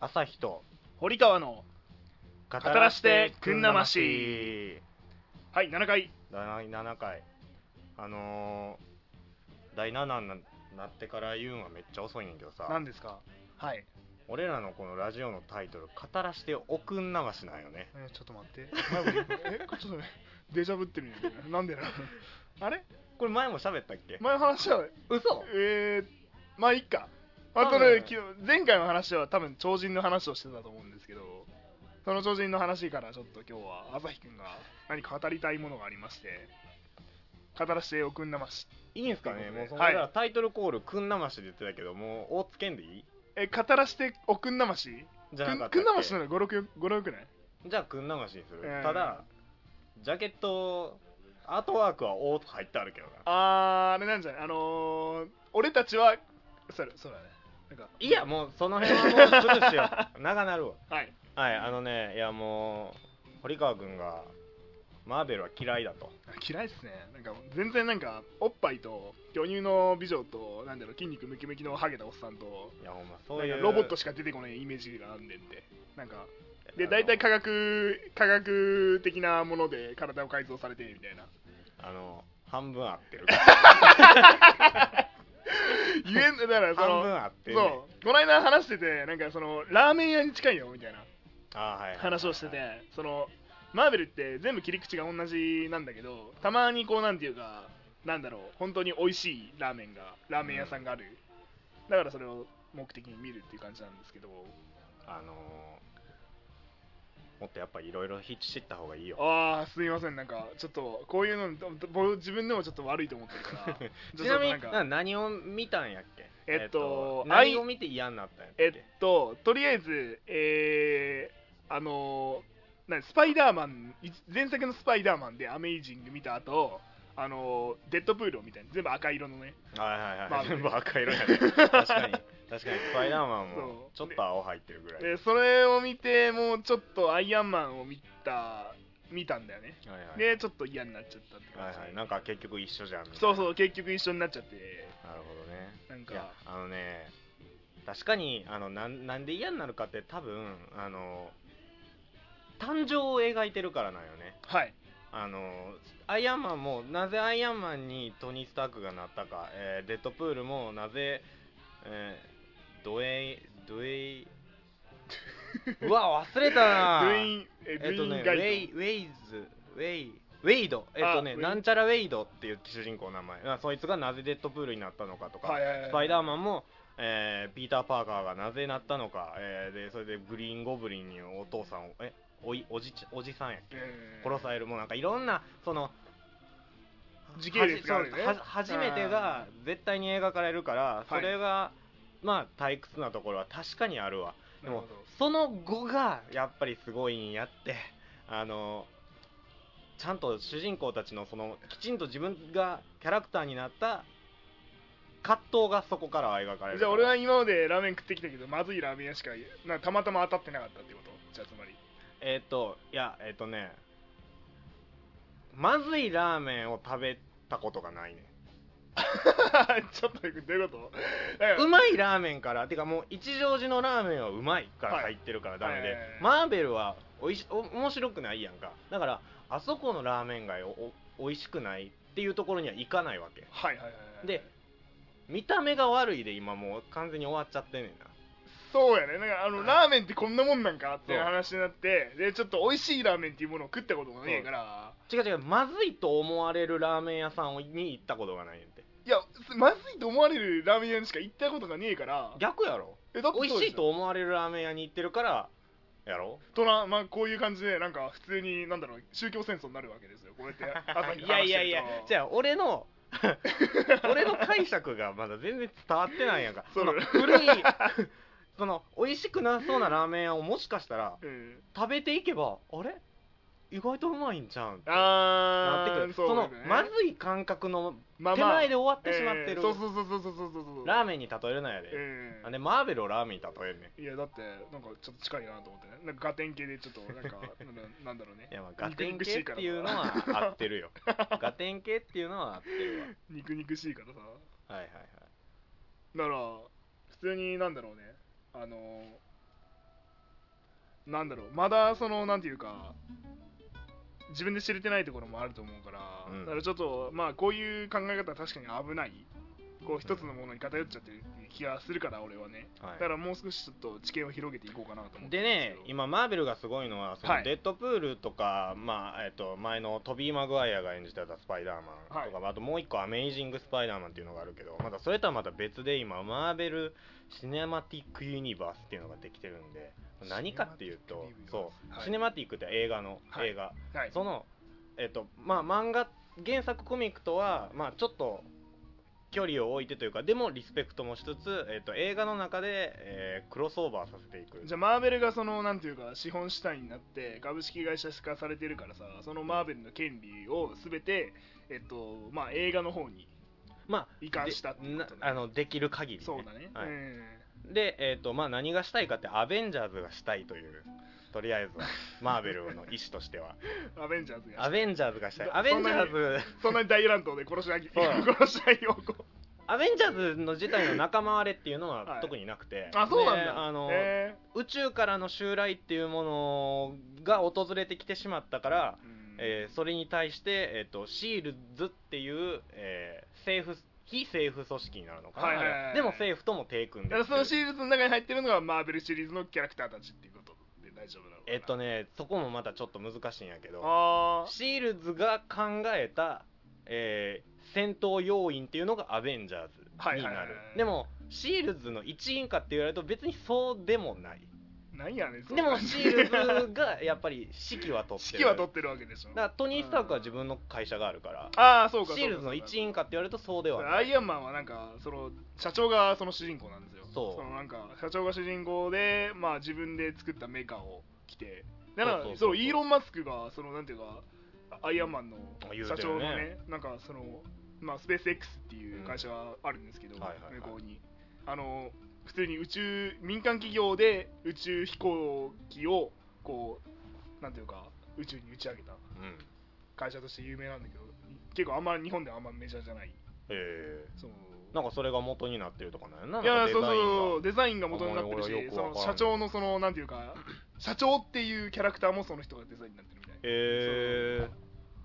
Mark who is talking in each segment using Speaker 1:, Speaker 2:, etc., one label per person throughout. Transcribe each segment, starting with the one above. Speaker 1: 朝日と
Speaker 2: 堀川の
Speaker 1: 語
Speaker 2: らしてくんなましはい7回
Speaker 1: 第7回あのー、第7になってから言うんはめっちゃ遅いねんけどさ
Speaker 2: 何ですかはい
Speaker 1: 俺らのこのラジオのタイトル「語らしておくんなまし」なんよね
Speaker 2: えちょっと待って前も言うえ ちょっとねデジャブってみるんだけど なんでなあれ
Speaker 1: これ前も喋ったっけ、
Speaker 2: 前の話は
Speaker 1: 嘘
Speaker 2: えー、まあいっかあと
Speaker 1: はい
Speaker 2: ね昨日前回の話は多分超人の話をしてたと思うんですけどその超人の話からちょっと今日は朝日くんが何か語りたいものがありまして語らせておくんなまし
Speaker 1: いいんすかねもうその、
Speaker 2: はい
Speaker 1: 俺らタイトルコール「くんなまし」で言ってたけどもう大津県でいい
Speaker 2: え語らせておくんなまし
Speaker 1: じゃ
Speaker 2: く
Speaker 1: なんかったっけ
Speaker 2: くんなましなら56よくない
Speaker 1: じゃあくんなましにする、
Speaker 2: うん
Speaker 1: ただジャケットアートワークは「お」と入ってあるけどな
Speaker 2: あーあれなんじゃないあのー、俺たちはそれそうだねなんか
Speaker 1: いやもうその辺 はもうすぐしよう長なるわ
Speaker 2: はい
Speaker 1: はいあのねいやもう堀川君がマーベルは嫌いだと
Speaker 2: 嫌いっすねなんか全然なんかおっぱいと巨乳の美女となんだろう筋肉ムキムキのハゲたおっさんと
Speaker 1: いやほんまそ
Speaker 2: な
Speaker 1: うんい
Speaker 2: か
Speaker 1: う
Speaker 2: ロボットしか出てこないイメージがあんねんってなんかで
Speaker 1: あの
Speaker 2: 大体科学科学的なもので体を改造されてみた いな
Speaker 1: あの半分合ってる
Speaker 2: 言えんだ からそ
Speaker 1: 半分
Speaker 2: の
Speaker 1: 合ってる、ね、
Speaker 2: そうこの間話しててなんかそのラーメン屋に近いよみたいな
Speaker 1: あーはいはいはい
Speaker 2: 話をしててそのマーベルって全部切り口が同じなんだけどたまにこうなんていうかなんだろう本当に美味しいラーメンがラーメン屋さんがある、だからそれを目的に見るっていう感じなんですけど
Speaker 1: あのー、もっとやっぱいろいろ知った方がいいよ
Speaker 2: ああすみませんなんかちょっとこういうのどど僕自分でもちょっと悪いと思って るから
Speaker 1: ちなみ
Speaker 2: ょっ
Speaker 1: に
Speaker 2: と
Speaker 1: な
Speaker 2: んか
Speaker 1: 何を見たんやっけ
Speaker 2: えっと
Speaker 1: 何を見て嫌になったんやっけ
Speaker 2: えっととりあえずえー、あのー何スパイダーマンい前作のスパイダーマンでアメイジング見た後あのーデッドプールを見たい全部赤色のね
Speaker 1: はいはいはい、
Speaker 2: まあ
Speaker 1: 全部赤色やね確かに確かにスパイダーマン
Speaker 2: そ
Speaker 1: も
Speaker 2: う
Speaker 1: ちょっと青入ってるぐらい、
Speaker 2: でそれを見てもうちょっとアイアンマンを見た見たんだよね
Speaker 1: はいはい
Speaker 2: でちょっと嫌になっちゃったって
Speaker 1: は
Speaker 2: 感
Speaker 1: い
Speaker 2: じ、
Speaker 1: はい、なんか結局一緒じゃんみたいな
Speaker 2: そうそう結局一緒になっちゃって
Speaker 1: なるほどね
Speaker 2: なん
Speaker 1: いや
Speaker 2: か
Speaker 1: あのね確かにあのなんなんで嫌になるかって多分あの誕生を描いてるからなんよね
Speaker 2: はい
Speaker 1: あのアイアンマンもなぜアイアンマンにトニー・スタークがなったか、えーデッドプールもなぜ、えードウェイドウェ イうわ忘れたな
Speaker 2: ドゥインえド
Speaker 1: えっ
Speaker 2: ゥ
Speaker 1: と
Speaker 2: イ
Speaker 1: ね、
Speaker 2: ン
Speaker 1: ウ
Speaker 2: ガ
Speaker 1: ェ
Speaker 2: イ
Speaker 1: イ、ウェイズ、ウェイ、ウェイド、えっとね、
Speaker 2: ウェイ
Speaker 1: なんちゃらウェイドっていう主人公の名前、あそいつがなぜデッドプールになったのかと
Speaker 2: ド
Speaker 1: か、
Speaker 2: はいはいはい
Speaker 1: スパイダーマンも、えーピーター・パーカーがなぜなったのか、えーでそれでグリーン・ゴブリンにお父さんを、えおいおじちおじさんやっけ、
Speaker 2: えー
Speaker 1: 殺される、もうなんかいろんな、その、
Speaker 2: 時系列があるよね
Speaker 1: はじそうは初めてが絶対に描かれるから、それが、まあ退屈なところは確かにあるわ。で
Speaker 2: な
Speaker 1: も
Speaker 2: るほど
Speaker 1: その後がやっぱりすごいんやってあのちゃんと主人公たちのそのきちんと自分がキャラクターになった葛藤がそこから描かれる
Speaker 2: じゃあ俺は今までラーメン食ってきたけどまずいラーメン屋しかなたまたま当たってなかったってことじゃあ つまり
Speaker 1: えっ、といやえっ、とねまずいラーメンを食べたことがないね
Speaker 2: ちょっとどういうことだから
Speaker 1: うまいラーメンからてかもう一乗寺のラーメンはうまいから入ってるからダメで、
Speaker 2: はいはいはい
Speaker 1: マーベルはおいしお面白くないやんかだからあそこのラーメン街おお美味しくないっていうところには行かないわけ
Speaker 2: はいはいはいはい
Speaker 1: で見た目が悪いで今もう完全に終わっちゃってんねんな
Speaker 2: そうやねなんかあの、
Speaker 1: はい
Speaker 2: ラーメンってこんなもんなんかっていう
Speaker 1: そう
Speaker 2: 話になってでちょっと美味しいラーメンっていうものを食ったことがねえから
Speaker 1: 違う違うまずいと思われるラーメン屋さんに行ったことがないねんって
Speaker 2: いやすまずいと思われるラーメン屋にしか行ったことがねえから
Speaker 1: 逆やろ
Speaker 2: えだってそ
Speaker 1: 美
Speaker 2: うでしょ
Speaker 1: 味しいと思われるラーメン屋に行ってるからやろ
Speaker 2: とな、まあ、こういう感じでなんか普通になんだろう宗教戦争になるわけですよこう やって朝に話してる
Speaker 1: い
Speaker 2: と
Speaker 1: やいやいやじゃあ俺の 俺の解釈がまだ全然伝わってないやんか
Speaker 2: そう
Speaker 1: の古い その美味しくなさそうなラーメン屋をもしかしたら
Speaker 2: うん、
Speaker 1: 食べていけばあれ意外とうまいんじゃうんってな
Speaker 2: あ
Speaker 1: って
Speaker 2: ー
Speaker 1: くる
Speaker 2: う
Speaker 1: その
Speaker 2: だね
Speaker 1: まずい感覚の
Speaker 2: まあ
Speaker 1: 手
Speaker 2: まあ
Speaker 1: 前で終わってしまって
Speaker 2: え
Speaker 1: る
Speaker 2: ーそうそうそうそうそうそうそうそう
Speaker 1: ラーメンに例えるなやで
Speaker 2: えー
Speaker 1: なんでマーベルをラーメンに例えるね
Speaker 2: いやだってなんかちょっと近いなと思ってねなんかガテン系でちょっとなんかなんだなんだろうね
Speaker 1: んいやまあガテン系っていうのは合って るよガテン系っていうのは合ってる
Speaker 2: 肉肉しいからさ
Speaker 1: わはいはいはい
Speaker 2: だから普通になんだろうねあのーなんだろうまだそのなんていうか自分で知れてないところもあると思うから、
Speaker 1: うん
Speaker 2: だからちょっとまあこういう考え方は確かに危ないこう一つのものに偏っちゃってるっていう気がするから俺はね
Speaker 1: はい
Speaker 2: だからもう少しちょっと知見を広げていこうかなと思って
Speaker 1: でね
Speaker 2: るんすけど
Speaker 1: 今マーベルがすごいのはその
Speaker 2: はい
Speaker 1: デッドプールとか、まあえっと前のトビー・マグワイアが演じてたスパイダーマンとか、あともう一個「アメイジング・スパイダーマン」っていうのがあるけどまだそれとはまた別で今マーベル・シネマティック・ユニバースっていうのができてるんで何かっていうと
Speaker 2: シネマティ
Speaker 1: そう、シネマティッ
Speaker 2: ックユニバースはい
Speaker 1: クって映画の、
Speaker 2: はい
Speaker 1: 映画
Speaker 2: はい
Speaker 1: そのえっとまあ漫画原作コミックとはまあちょっと距離を置いてというかでもリスペクトもしつつ、えっと映画の中で、えークロスオーバーさせていく
Speaker 2: じゃあマーベルがそのなんていうか資本主体になって株式会社化されてるからさそのマーベルの権利を全てえっとまあ映画の方に
Speaker 1: まあ
Speaker 2: 移管したってことね
Speaker 1: でなあのできる限り、ね、
Speaker 2: そうだね、
Speaker 1: はい
Speaker 2: うん
Speaker 1: で、えーとまあ、何がしたいかってアベンジャーズがしたいというとりあえず はマーベルの意思としては
Speaker 2: アベンジャーズが
Speaker 1: アベンジャーズがしたい
Speaker 2: そ
Speaker 1: アベンジャー
Speaker 2: そ
Speaker 1: ズ
Speaker 2: そんなに大乱闘で殺し合い
Speaker 1: そう
Speaker 2: 殺し合いをこう
Speaker 1: アベンジャーズの自体の仲間割れっていうの
Speaker 2: は
Speaker 1: はい特になくて、
Speaker 2: あそうなん
Speaker 1: で
Speaker 2: だ
Speaker 1: あの
Speaker 2: へ
Speaker 1: 宇宙からの襲来っていうものが訪れてきてしまったから、
Speaker 2: ーうん
Speaker 1: えーそれに対して、えー、とシールズっていう、えー政府非政府組織になるのかな、
Speaker 2: はいはいはい
Speaker 1: あれでも政府とも手組ん
Speaker 2: だ
Speaker 1: で
Speaker 2: か
Speaker 1: る
Speaker 2: ら
Speaker 1: って
Speaker 2: そ
Speaker 1: いう
Speaker 2: のシリーズの中に入ってるのがマーベルシリーズのキャラクターたちっていうことで大丈夫なのかな
Speaker 1: えっとねそこもまたちょっと難しいんやけど
Speaker 2: あー
Speaker 1: シールズが考えた、えー戦闘要員っていうのがアベンジャーズ
Speaker 2: はい
Speaker 1: に
Speaker 2: はい
Speaker 1: な
Speaker 2: はい
Speaker 1: る、
Speaker 2: はい
Speaker 1: でもシールズの一員かって言われると別にそうでもない
Speaker 2: なんやねんそん
Speaker 1: で
Speaker 2: な
Speaker 1: もシールズがやっぱり指揮は取ってる
Speaker 2: 指揮は取ってるわけでしょ
Speaker 1: だからトニー・スタークは自分の会社があるから
Speaker 2: ああそうかそうか
Speaker 1: シールズの一員かって言われるとそうではない
Speaker 2: アイアンマンはなんかその社長がその主人公なんですよ
Speaker 1: そう
Speaker 2: のなんか社長が主人公でまあ自分で作ったメーカーを着てだか
Speaker 1: そ
Speaker 2: ら
Speaker 1: うそうそう
Speaker 2: そのイーロン・マスクがそのなんていうかアイアンマンの
Speaker 1: 言うてるね
Speaker 2: 社長のねなんかそのまあスペース X っていう会社があるんですけど、
Speaker 1: うんはいはいはい
Speaker 2: 向こうにあの普通に宇宙民間企業で宇宙飛行機をこうなんていうか宇宙に打ち上げた
Speaker 1: うん
Speaker 2: 会社として有名なんだけど結構あんま日本ではあんまメジャーじゃない
Speaker 1: え
Speaker 2: その
Speaker 1: ー、なんかそれが元になってるとかなんやない
Speaker 2: やそうそう
Speaker 1: そ
Speaker 2: そうデザインが元になってる
Speaker 1: お前俺はよ
Speaker 2: し
Speaker 1: く
Speaker 2: そ
Speaker 1: わからん
Speaker 2: の社長のそのなんていうか社長っていうキャラクターもその人がデザインになってるみたいな
Speaker 1: え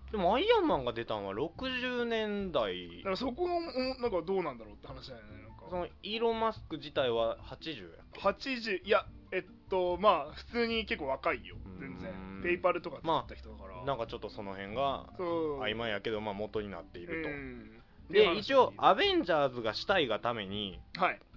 Speaker 1: ー、でもアイアンマンが出たのは60年代
Speaker 2: だからそこもなんかどうなんだろうって話じゃない
Speaker 1: そ
Speaker 2: なんか
Speaker 1: のイーロン・マスク自体は80や
Speaker 2: 80いやえっとまあ普通に結構若いよ全
Speaker 1: うー
Speaker 2: 然
Speaker 1: ん
Speaker 2: ペイパルとか作った人だから、
Speaker 1: なんかちょっとその辺が
Speaker 2: そう
Speaker 1: 曖昧やけど、まあ、元になっていると、
Speaker 2: うん
Speaker 1: で一応
Speaker 2: は
Speaker 1: アベンジャーズがしたいがために
Speaker 2: い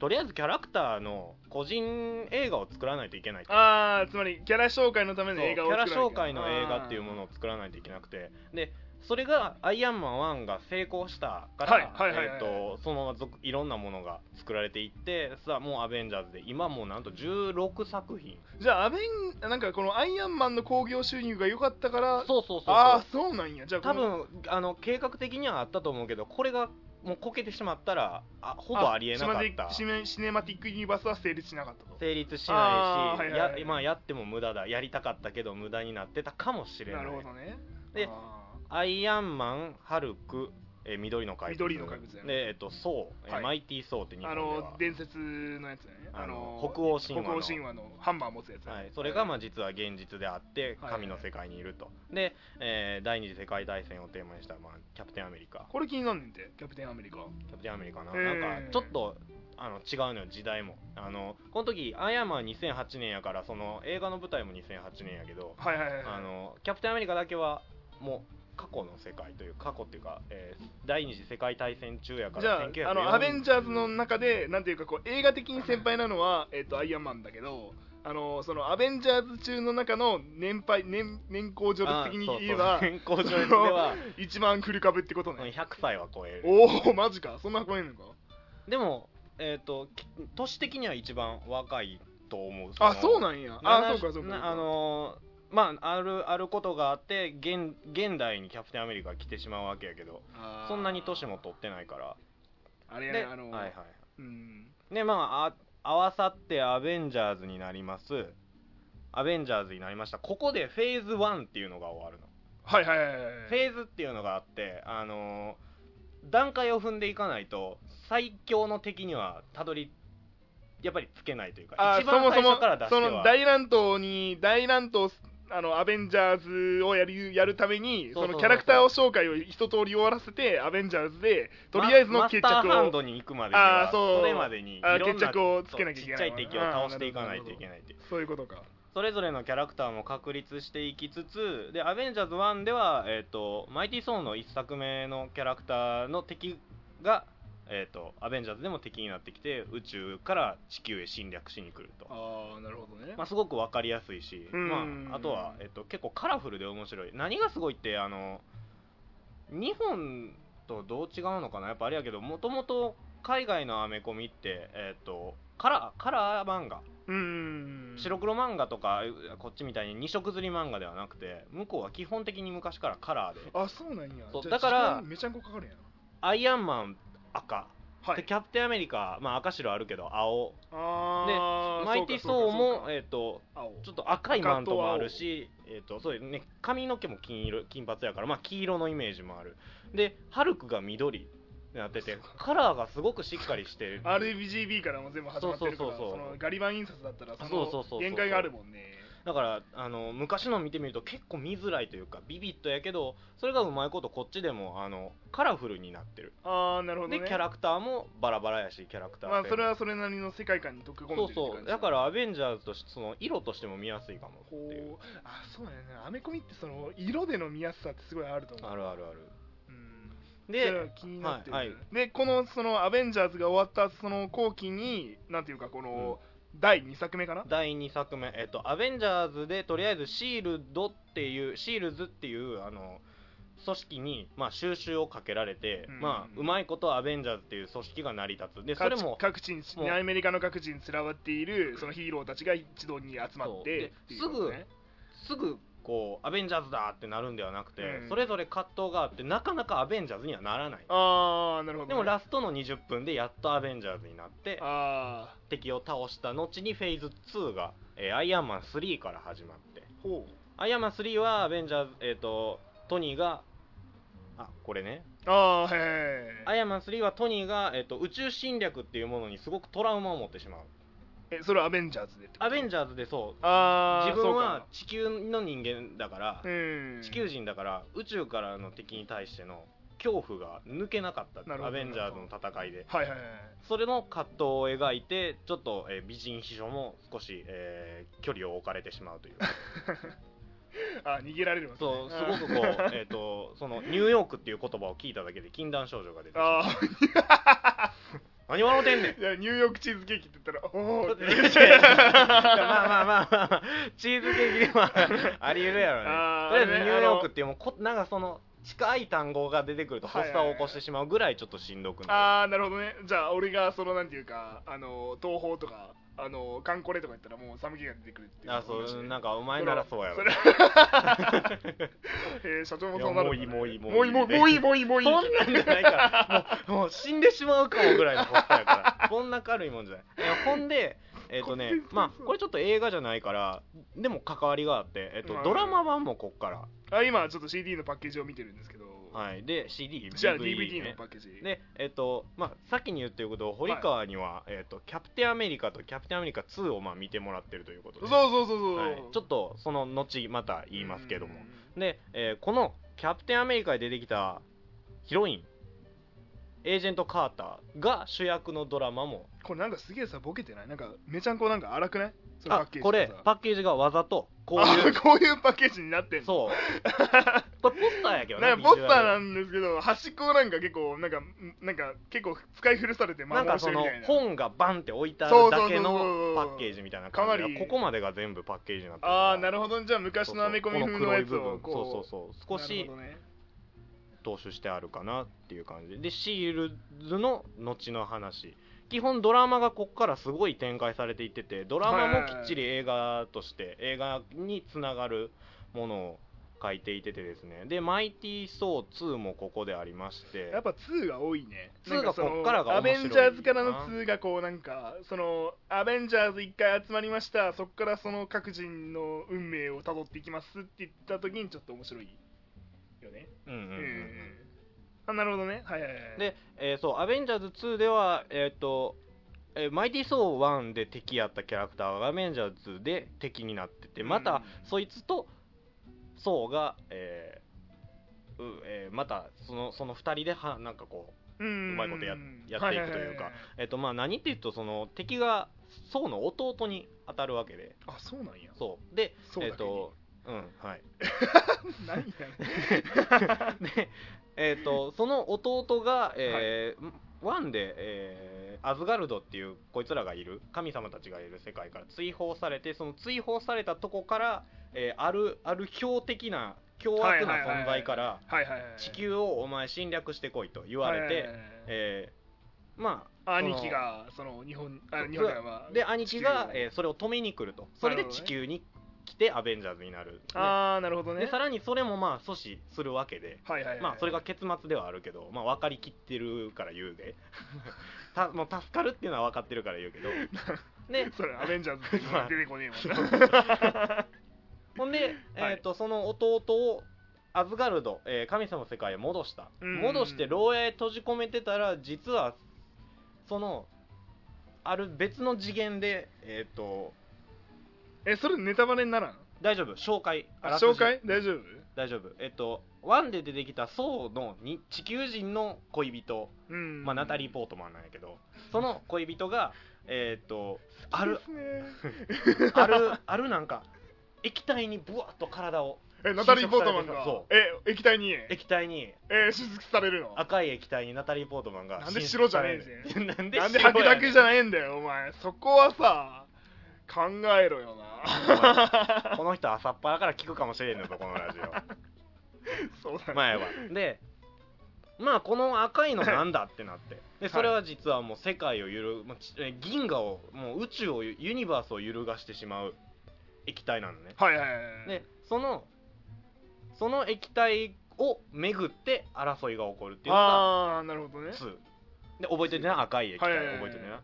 Speaker 1: とりあえずキャラクターの個人映画を作らないといけないと
Speaker 2: ああつまりキャラ紹介のた
Speaker 1: そ
Speaker 2: め
Speaker 1: う
Speaker 2: の
Speaker 1: キ
Speaker 2: 映画を
Speaker 1: ャ
Speaker 2: 作ら
Speaker 1: ラ
Speaker 2: なきゃ
Speaker 1: 紹介の映画っていうものを作らないといけなくてでそれがアイアンマン1が成功したから、
Speaker 2: はいはいはいはい
Speaker 1: えー、とそのまま続いろんなものが作られていってさあもうアベンジャーズで今もうなんと16作品
Speaker 2: じゃあアベンなんかこのアイアンマンの興行収入が良かったから
Speaker 1: そうそうそうそう
Speaker 2: ああそうなんやじゃあこ
Speaker 1: 多
Speaker 2: の
Speaker 1: 分あの計画的にはあったと思うけどこれがもうこけてしまったらあほぼありえなかった
Speaker 2: シネシネマティックユニバースは成立しなかったと
Speaker 1: 成立し
Speaker 2: あ
Speaker 1: な
Speaker 2: ーはい
Speaker 1: いし
Speaker 2: はいはい
Speaker 1: やまあやっても無駄だやりたかったけど無駄になってたかもしれな
Speaker 2: ないるほどね
Speaker 1: で
Speaker 2: あ
Speaker 1: アイアンマンハルクえー緑の怪物
Speaker 2: 緑の怪物だよね
Speaker 1: でえっとソウ、えー
Speaker 2: はい
Speaker 1: マイティーソウって日
Speaker 2: ーあ
Speaker 1: 本では
Speaker 2: の伝説のやつね
Speaker 1: あの
Speaker 2: あの
Speaker 1: 北欧神話の
Speaker 2: 北欧神話のハンマー持つやつね、
Speaker 1: はい、それがまあ実は現実であって
Speaker 2: はい
Speaker 1: 神の世界にいると、で、えー第二次世界大戦をテーマにした、まあ、キャプテンアメリカ
Speaker 2: これ気になんねんてキャプテンアメリカ
Speaker 1: キャプテンアメリカな,、
Speaker 2: えー
Speaker 1: なんかちょっとあの違うのよ時代もあのこの時アイアンマン2008年やからその映画の舞台も2008年やけど
Speaker 2: はいはいはいはい
Speaker 1: あのキャプテンアメリカだけはもう過去の世界という過去っていうか、えー第二次世界大戦中やか
Speaker 2: じ
Speaker 1: ら
Speaker 2: ゃああのアベン
Speaker 1: ジ
Speaker 2: ジャーズの中でなんていうかこう映画的に先輩なのは、えっとアイアンマンだけどあのそのアベンジャーズ中の中の年配年年功序列的に言えば
Speaker 1: 健 康上では
Speaker 2: 一番古株ってこと
Speaker 1: うん
Speaker 2: ね
Speaker 1: 100歳 は超える
Speaker 2: おおマジかそんな箱えんのか
Speaker 1: でもえっ、とき年的には一番若いと思う
Speaker 2: あそう
Speaker 1: の
Speaker 2: なんやあそ
Speaker 1: な
Speaker 2: うかそうか
Speaker 1: なあのーまああるあることがあって現現代にキャプテンアメリカが来てしまうわけやけど
Speaker 2: あー
Speaker 1: そんなに年も取ってないから
Speaker 2: あれや
Speaker 1: で
Speaker 2: ねあの、
Speaker 1: はいはい
Speaker 2: うん
Speaker 1: でまああ合わさってアベンジャーズになりますアベンジャーズになりましたここでフェーズ1っていうのが終わるの、
Speaker 2: はいはいはいはい
Speaker 1: フェーズっていうのがあってあのー段階を踏んでいかないと最強の敵にはたどりやっぱりつけないというか
Speaker 2: あー
Speaker 1: 一番最
Speaker 2: そも
Speaker 1: 初から出しては
Speaker 2: そもその大乱闘に大乱闘あのアベンジャーズをやるやるため
Speaker 1: そ
Speaker 2: に
Speaker 1: う
Speaker 2: そ
Speaker 1: そうそう
Speaker 2: のキャラクターを紹介を一通り終わらせてアベンジャーズでとりあえずの
Speaker 1: マ
Speaker 2: 決
Speaker 1: マス
Speaker 2: 着
Speaker 1: ターハン
Speaker 2: を
Speaker 1: ドに行くまでには
Speaker 2: あーそう
Speaker 1: れまでにい
Speaker 2: あー
Speaker 1: ろんな
Speaker 2: 決着をつけなきゃいけない
Speaker 1: そうちっちゃい敵を倒していかないといけないっていう
Speaker 2: そういうことか
Speaker 1: それぞれのキャラクターも確立していきつつで「アベンジャーズ1」では、えー、とマイティ・ソーンの1作目のキャラクターの敵が、えー、とアベンジャーズでも敵になってきて宇宙から地球へ侵略しに来ると。
Speaker 2: ああなるほどね
Speaker 1: まあ、すごく分かりやすいし、
Speaker 2: うん
Speaker 1: まあ、あとは、えっと、結構カラフルで面白い何がすごいってあの日本とどう違うのかなやっぱあれやけどもともと海外のアメコミって、えっと、カラーカラー漫画
Speaker 2: うーん
Speaker 1: 白黒漫画とかこっちみたいに二色刷り漫画ではなくて向こうは基本的に昔からカラーで
Speaker 2: あそうなんや
Speaker 1: そう
Speaker 2: じゃあ
Speaker 1: だから
Speaker 2: 時間めちゃんこかかるやん
Speaker 1: アイアンマン赤、
Speaker 2: は
Speaker 1: で
Speaker 2: い
Speaker 1: キャプテンアメリカ、まあ、赤白あるけど青
Speaker 2: あー
Speaker 1: マイティ・ソー
Speaker 2: そうかそうか
Speaker 1: も、えっと
Speaker 2: そうか
Speaker 1: ちょっと赤いマントもあるし、えっとそうですね、髪の毛も金色金髪やから、まあ、黄色のイメージもあるでハルクが緑ってなっててカラーがすごくしっかりしてる
Speaker 2: RGB からも全部始まってるから
Speaker 1: そうそうそうそう
Speaker 2: そのガリバン印刷だったら
Speaker 1: そ
Speaker 2: そ
Speaker 1: うそうそうそ
Speaker 2: の
Speaker 1: う
Speaker 2: 限界があるもんね
Speaker 1: だからあの昔の見てみると結構見づらいというかビビッドやけどそれがうまいことこっちでもあのカラフルになってる
Speaker 2: ああなるほどね
Speaker 1: でキャラクターもバラバラやしキャラクター
Speaker 2: まあ
Speaker 1: 性も
Speaker 2: それはそれなりの世界観に溶け込んでる
Speaker 1: そ
Speaker 2: っ
Speaker 1: う
Speaker 2: て感じ
Speaker 1: そうだからアベンジャーズとしてその色としても見やすいかもっていう
Speaker 2: こうあそうだよねアメコミってその色での見やすさってすごいあると思う
Speaker 1: あるあるある
Speaker 2: うんじゃあ
Speaker 1: で
Speaker 2: 気になってる、
Speaker 1: はいはい
Speaker 2: でこのそのアベンジャーズが終わったその後期になんていうかこの、第2作目かな
Speaker 1: 第2作目、えっと、アベンジャーズでとりあえずシールドっていうシールズっていうあの組織に、まあ、収集をかけられて、
Speaker 2: うん
Speaker 1: まあ、うまいことアベンジャーズっていう組織が成り立つでそれ
Speaker 2: 各
Speaker 1: も
Speaker 2: 各地に
Speaker 1: もう
Speaker 2: アメリカの各地に散らばっているそのヒーローたちが一堂に集ま
Speaker 1: そ
Speaker 2: っ
Speaker 1: う
Speaker 2: て
Speaker 1: で
Speaker 2: っていうことね
Speaker 1: すぐこうアベンジャーズだってなるんではなくて、
Speaker 2: うん
Speaker 1: それぞれ葛藤があってなかなかアベンジャーズにはならない
Speaker 2: ああなるほど
Speaker 1: で
Speaker 2: ね、
Speaker 1: もラストの20分でやっとアベンジャーズになって
Speaker 2: ああ
Speaker 1: 敵を倒した後にフェーズ2が、えーアイアンマン3から始まって
Speaker 2: ほう
Speaker 1: アイアンマン3はアベンジャーズえっ、とトニーがあこれね
Speaker 2: ああへ
Speaker 1: アイアンマン3はトニーが、えっと宇宙侵略っていうものにすごくトラウマを持ってしまう
Speaker 2: ええそれはアベンジャーズでってこと
Speaker 1: アベンジャーズでそう
Speaker 2: ああ
Speaker 1: 自分は地球の人間だから
Speaker 2: そうかうん
Speaker 1: 地球人だから宇宙からの敵に対しての恐怖が抜けなかった
Speaker 2: なるほど
Speaker 1: アベンジャーズの戦いで
Speaker 2: はいはいはい
Speaker 1: それの葛藤を描いてちょっと、えー美人秘書も少し、えー距離を置かれてしまうという
Speaker 2: あ逃げられるわけね
Speaker 1: そうすご くこうえっ、とそのニューヨークっていう言葉を聞いただけで禁断症状が出てしまう
Speaker 2: あー
Speaker 1: 何笑うてんねん
Speaker 2: いやニューヨークチーズケーキって言ったらおお
Speaker 1: いやまあまあまあまあチーズケーキでもあり得るやろね
Speaker 2: あ
Speaker 1: と
Speaker 2: ー
Speaker 1: りあえずニ
Speaker 2: ね
Speaker 1: ューヨークっていうもうこなんかその近い単語が出てくると
Speaker 2: はい
Speaker 1: 発
Speaker 2: はい
Speaker 1: 作を起こしてしまうぐらいちょっとしんどくなる
Speaker 2: ああなるほどねじゃあ俺がそのなんていうかあの東宝とかあのカンコレとか言ったらもう寒気が出てくるっていう
Speaker 1: あそうなん
Speaker 2: か
Speaker 1: かお前ならそうやろ
Speaker 2: それ えー社長もそうなるんだね
Speaker 1: いやもういいも
Speaker 2: も
Speaker 1: う
Speaker 2: う
Speaker 1: いい
Speaker 2: いい
Speaker 1: もう
Speaker 2: もう
Speaker 1: いい
Speaker 2: いいもういいもういい
Speaker 1: そんなんじゃないからもうもう死んでしまうかもぐらいの発作やからそんな軽いもんじゃないいやほんでえっ、とね
Speaker 2: 骨折しそう
Speaker 1: まあこれちょっと映画じゃないからでも関わりがあって、えっと
Speaker 2: うん
Speaker 1: ドラマ版もこっから、
Speaker 2: あ今ちょっと CD のパッケージを見てるんですけど
Speaker 1: はい、で CD
Speaker 2: じゃあ
Speaker 1: DVD
Speaker 2: DVD
Speaker 1: ね
Speaker 2: のパッケージ
Speaker 1: でえっとまあ先に言ってること堀川には、えっとキャプテンアメリカとキャプテンアメリカ2をまあ見てもらってるということ
Speaker 2: そ
Speaker 1: で
Speaker 2: うそうそうそう、
Speaker 1: はい、ちょっとその後また言いますけども
Speaker 2: うん
Speaker 1: で、えーこのキャプテンアメリカで出てきたヒロインエージェント・カーターが主役のドラマも
Speaker 2: これなんかすげえさボケてないなんかめちゃんこなんか荒くないその
Speaker 1: あこれ
Speaker 2: がさ
Speaker 1: パッケージがわざとこうい
Speaker 2: あ
Speaker 1: う
Speaker 2: こういうパッケージになってんの
Speaker 1: そうこれポスターやけどね
Speaker 2: なんかポス
Speaker 1: ビジ
Speaker 2: ター
Speaker 1: ュア
Speaker 2: な
Speaker 1: ル
Speaker 2: んですけど端っこなんか結構なんかんなんか結構使い古されてま
Speaker 1: な
Speaker 2: あ
Speaker 1: んか
Speaker 2: 面
Speaker 1: そ
Speaker 2: 白いみ
Speaker 1: の
Speaker 2: たいな
Speaker 1: 本がバンって置いてあるだけの
Speaker 2: そうそうそうそう
Speaker 1: パッケージみたいな感じ
Speaker 2: かな
Speaker 1: で
Speaker 2: り
Speaker 1: ここまでが全部パッケージになってるから
Speaker 2: ああなるほどじゃあ昔のアメコミ風のやつをこう
Speaker 1: そうそうそうこの黒い部分そうそうそう少し
Speaker 2: なるほどね
Speaker 1: 踏襲してあるかなっていう感じでシールズの後の話基本ドラマがこっからすごい展開されていっててドラマもきっちり映画として映画につながるものを書いていててですねで「マイティー・ソー2」もここでありまして
Speaker 2: やっぱ2が多いね
Speaker 1: 2が
Speaker 2: なんその
Speaker 1: こっからが面
Speaker 2: ア
Speaker 1: 白い
Speaker 2: ベンジャーズからの2がこうなんかそのアベンジャーズ1回集まりましたそこからその各人の運命をたどっていきますって言った時にちょっと面白いよね
Speaker 1: うんうんうん
Speaker 2: う、
Speaker 1: うんん
Speaker 2: あなるほどねはいはいはい
Speaker 1: で、えーそう「アベンジャーズ2」ではえっ、とえマイティー・ソー1で敵やったキャラクターがアベンジャーズで敵になっててま
Speaker 2: うん
Speaker 1: たそいつとソーが、えーうえーまたそのその2人ではなんかこう
Speaker 2: う
Speaker 1: うまいことややっていくというか
Speaker 2: ははは
Speaker 1: えっとまあ何って言うとその敵が宋の弟に当たるわけで
Speaker 2: はあそうなんや
Speaker 1: そうで
Speaker 2: そう
Speaker 1: え
Speaker 2: だ
Speaker 1: っ
Speaker 2: けに
Speaker 1: とうんはい
Speaker 2: 何や
Speaker 1: でえっとその弟が、えーワンで、えーアズガルドっていうこいつらがいる神様たちがいる世界から追放されてその追放されたとこから、えーあるある強的な凶悪な存在から
Speaker 2: はいはいはい
Speaker 1: 地球をお前侵略してこいと言われ
Speaker 2: はいは
Speaker 1: て
Speaker 2: いはいはい
Speaker 1: えーまあその
Speaker 2: 兄貴がその日本あ日本じゃないわ
Speaker 1: で兄貴が、
Speaker 2: 地球を
Speaker 1: えーそれを止めに来るとそれで
Speaker 2: なるほど
Speaker 1: 地
Speaker 2: ね
Speaker 1: 球に来てアベンジャーズになる、ね
Speaker 2: ああなるほどね
Speaker 1: でさらにそれもまあ阻止するわけで、
Speaker 2: はいはいはい
Speaker 1: まあそれが結末ではあるけど、まあ、分かりきってるから言う でたもう助かるっていうのは分かってるから言うけどで
Speaker 2: それアベンジャー ズって出てこねえもん
Speaker 1: ほんで、えー、とその弟をアズガルド、えー神様の世界へ戻した
Speaker 2: うん
Speaker 1: 戻して牢屋へ閉じ込めてたら実はそのある別の次元でえっ、と
Speaker 2: なえそれネタバレにならん
Speaker 1: 大丈夫紹介
Speaker 2: あ
Speaker 1: あらすじ
Speaker 2: 紹介大丈夫
Speaker 1: 大丈夫えっとワンで出てきたソーのに地球人の恋人、
Speaker 2: うん
Speaker 1: まあ、ナタリー・ポートマンなんやけどその恋人がえっとあ
Speaker 2: で
Speaker 1: る
Speaker 2: す ね
Speaker 1: あるあるなんか液体にブワッと体を
Speaker 2: えナタリー・ポートマンが
Speaker 1: そ
Speaker 2: え液体にえ
Speaker 1: 液体に
Speaker 2: ー出撃されるの
Speaker 1: 赤い液体にナタリー・ポートマンが
Speaker 2: なんで白じゃねえ
Speaker 1: ぜ なんで
Speaker 2: なんで
Speaker 1: 白や
Speaker 2: 白だ
Speaker 1: ね
Speaker 2: け
Speaker 1: ん
Speaker 2: じゃないんだよお前そこはさ考えろよな
Speaker 1: お前この人朝っぱらから聞くかもしれんのぞこのラジ オ
Speaker 2: そうだね
Speaker 1: 前はでまあこの赤いのなんだってなってでそれは実はもう世界を揺る、まあちえ銀河をもう宇宙をユニバースを揺るがしてしまう液体なのね
Speaker 2: はいはいはい
Speaker 1: でそのその液体を巡って争いが起こるっていうのが
Speaker 2: ああーなるほどね
Speaker 1: 2で覚えてるな赤い液体
Speaker 2: はいはいはい
Speaker 1: 覚えてるな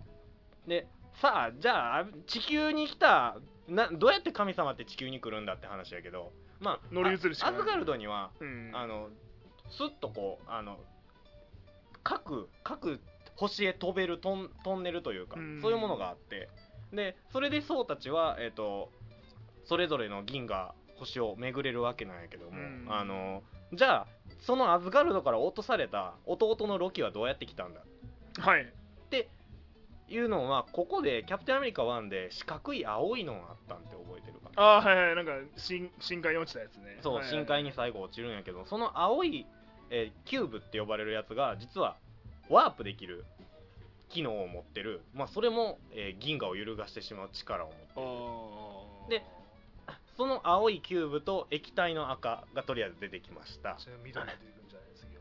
Speaker 1: でさあじゃあ地球に来たなどうやって神様って地球に来るんだって話やけどまあ
Speaker 2: 乗り移るしか
Speaker 1: あ
Speaker 2: ない
Speaker 1: アズガルドには
Speaker 2: うん
Speaker 1: あのスッとこうあの各各星へ飛べるトントンネルというか
Speaker 2: うん
Speaker 1: そういうものがあってでそれでソウたちは、えー、とそれぞれの銀河星を巡れるわけなんやけども、
Speaker 2: うん
Speaker 1: あのじゃあそのアズガルドから落とされた弟のロキはどうやって来たんだ
Speaker 2: はい
Speaker 1: いうのはここで「キャプテンアメリカ1」で四角い青いのがあったんって覚えてるかな
Speaker 2: ああはいはいなんか深深海に落ちたやつね
Speaker 1: そう、
Speaker 2: はいはい
Speaker 1: 深海に最後落ちるんやけどその青い、えーキューブって呼ばれるやつが実はワープできる機能を持ってる、まあ、それも、えー銀河を揺るがしてしまう力を持ってる
Speaker 2: あー
Speaker 1: でその青いキューブと液体の赤がとりあえず出てきました
Speaker 2: じゃあ緑出てくるんじゃない次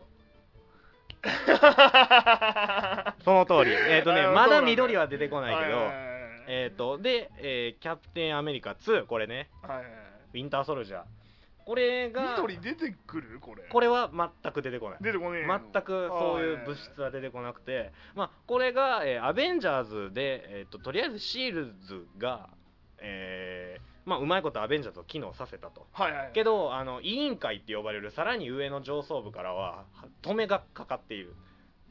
Speaker 2: は
Speaker 1: その通り えっ、と
Speaker 2: あ
Speaker 1: ね
Speaker 2: ー
Speaker 1: ま
Speaker 2: そうな
Speaker 1: だ
Speaker 2: んだ
Speaker 1: 緑は出てこないけど
Speaker 2: はいはいはいはい
Speaker 1: えっ、とで、えーキャプテンアメリカ2」これね
Speaker 2: はいは
Speaker 1: 「
Speaker 2: い
Speaker 1: ウィンターソルジャー」これが
Speaker 2: 緑出てくるこれ
Speaker 1: これは全く出てこない
Speaker 2: 出てこねえの
Speaker 1: 全くそういう物質は出てこなくて、まあ、これが、えーアベンジャーズ」で、えーととりあえずシールズが、えーまあ、うまいことアベンジャーズを機能させたと。
Speaker 2: はいはいはい
Speaker 1: けどあの委員会って呼ばれるさらに上の上層部からはは止めがかかっている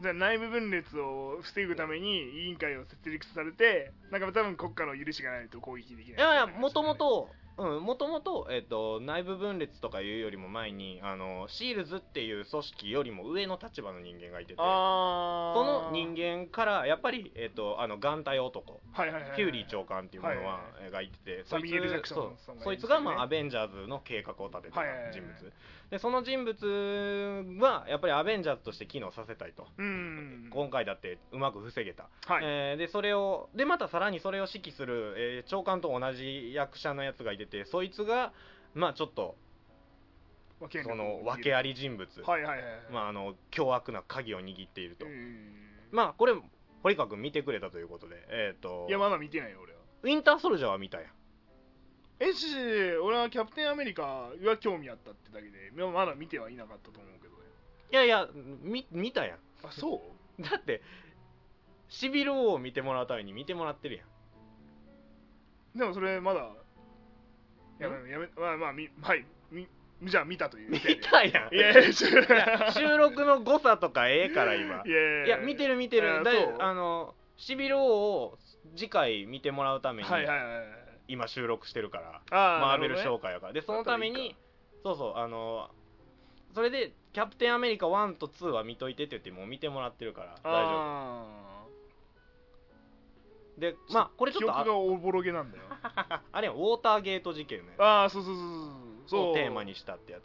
Speaker 2: じゃあ内部分裂を防ぐために委員会を設立されてなんか多分国家の許しがないと攻撃できない
Speaker 1: いやいやもともとうんもともと,、えー、と内部分裂とかいうよりも前にあのシールズっていう組織よりも上の立場の人間がいててそ
Speaker 2: あー
Speaker 1: の人間からやっぱり、えー、とあの眼帯男
Speaker 2: はいはいはいはい
Speaker 1: キューリー長官っていうものは
Speaker 2: はい
Speaker 1: えーがいてて、
Speaker 2: サミュエルジャクソ
Speaker 1: そ
Speaker 2: ン
Speaker 1: う
Speaker 2: さんが
Speaker 1: そ
Speaker 2: い
Speaker 1: い
Speaker 2: るんですよね
Speaker 1: つがまあアベンジャーズの計画を立てた
Speaker 2: はいはいはい
Speaker 1: 人物でその人物はやっぱりアベンジャーズとして機能させたいと、
Speaker 2: うん
Speaker 1: 今回だってうまく防げた、
Speaker 2: はい
Speaker 1: えーでそれをでまたさらにそれを指揮する、えー長官と同じ役者のやつがいててそいつがまあちょっと
Speaker 2: 分
Speaker 1: その訳
Speaker 2: 合
Speaker 1: あり人物、
Speaker 2: はいはいはいはい
Speaker 1: まああの凶悪な鍵を握っていると、
Speaker 2: うん
Speaker 1: まあこれ堀川君見てくれたということでえっ、と
Speaker 2: いやまだ見てないよ俺は
Speaker 1: ウィンターソルジャーは見たやん
Speaker 2: えし俺はキャプテンアメリカは興味あったってだけでままだ見てはいなかったと思うけどね
Speaker 1: いやいや見見たや
Speaker 2: あそうん
Speaker 1: だってシビル王を見てもらうために見てもらってるやん
Speaker 2: でもそれまだやめやめまあまあみはいみじゃあ見たという
Speaker 1: 見
Speaker 2: 体で
Speaker 1: たやん
Speaker 2: いやいやしいや
Speaker 1: 収録の誤差とかええから今
Speaker 2: いや
Speaker 1: いや見て
Speaker 2: る
Speaker 1: る見て
Speaker 2: いや
Speaker 1: るだい
Speaker 2: そう
Speaker 1: あのシビロを次回見てもらうために
Speaker 2: はいはいはいはい
Speaker 1: 今収録してるから
Speaker 2: あ
Speaker 1: マーベル
Speaker 2: ー
Speaker 1: 紹介やからでそのため
Speaker 2: だったらいい
Speaker 1: に
Speaker 2: か
Speaker 1: そうそうあのそれで「キャプテンアメリカ1」と2は見といてって言ってもう見てもらってるから大丈
Speaker 2: 大丈
Speaker 1: 夫でまあこれち
Speaker 2: 記
Speaker 1: ょっと
Speaker 2: 憶が
Speaker 1: あ
Speaker 2: おぼろげなんだよ
Speaker 1: あれやウォーターゲート事件ね
Speaker 2: ああそうそうそうそうそう
Speaker 1: をテーマにしたってやつ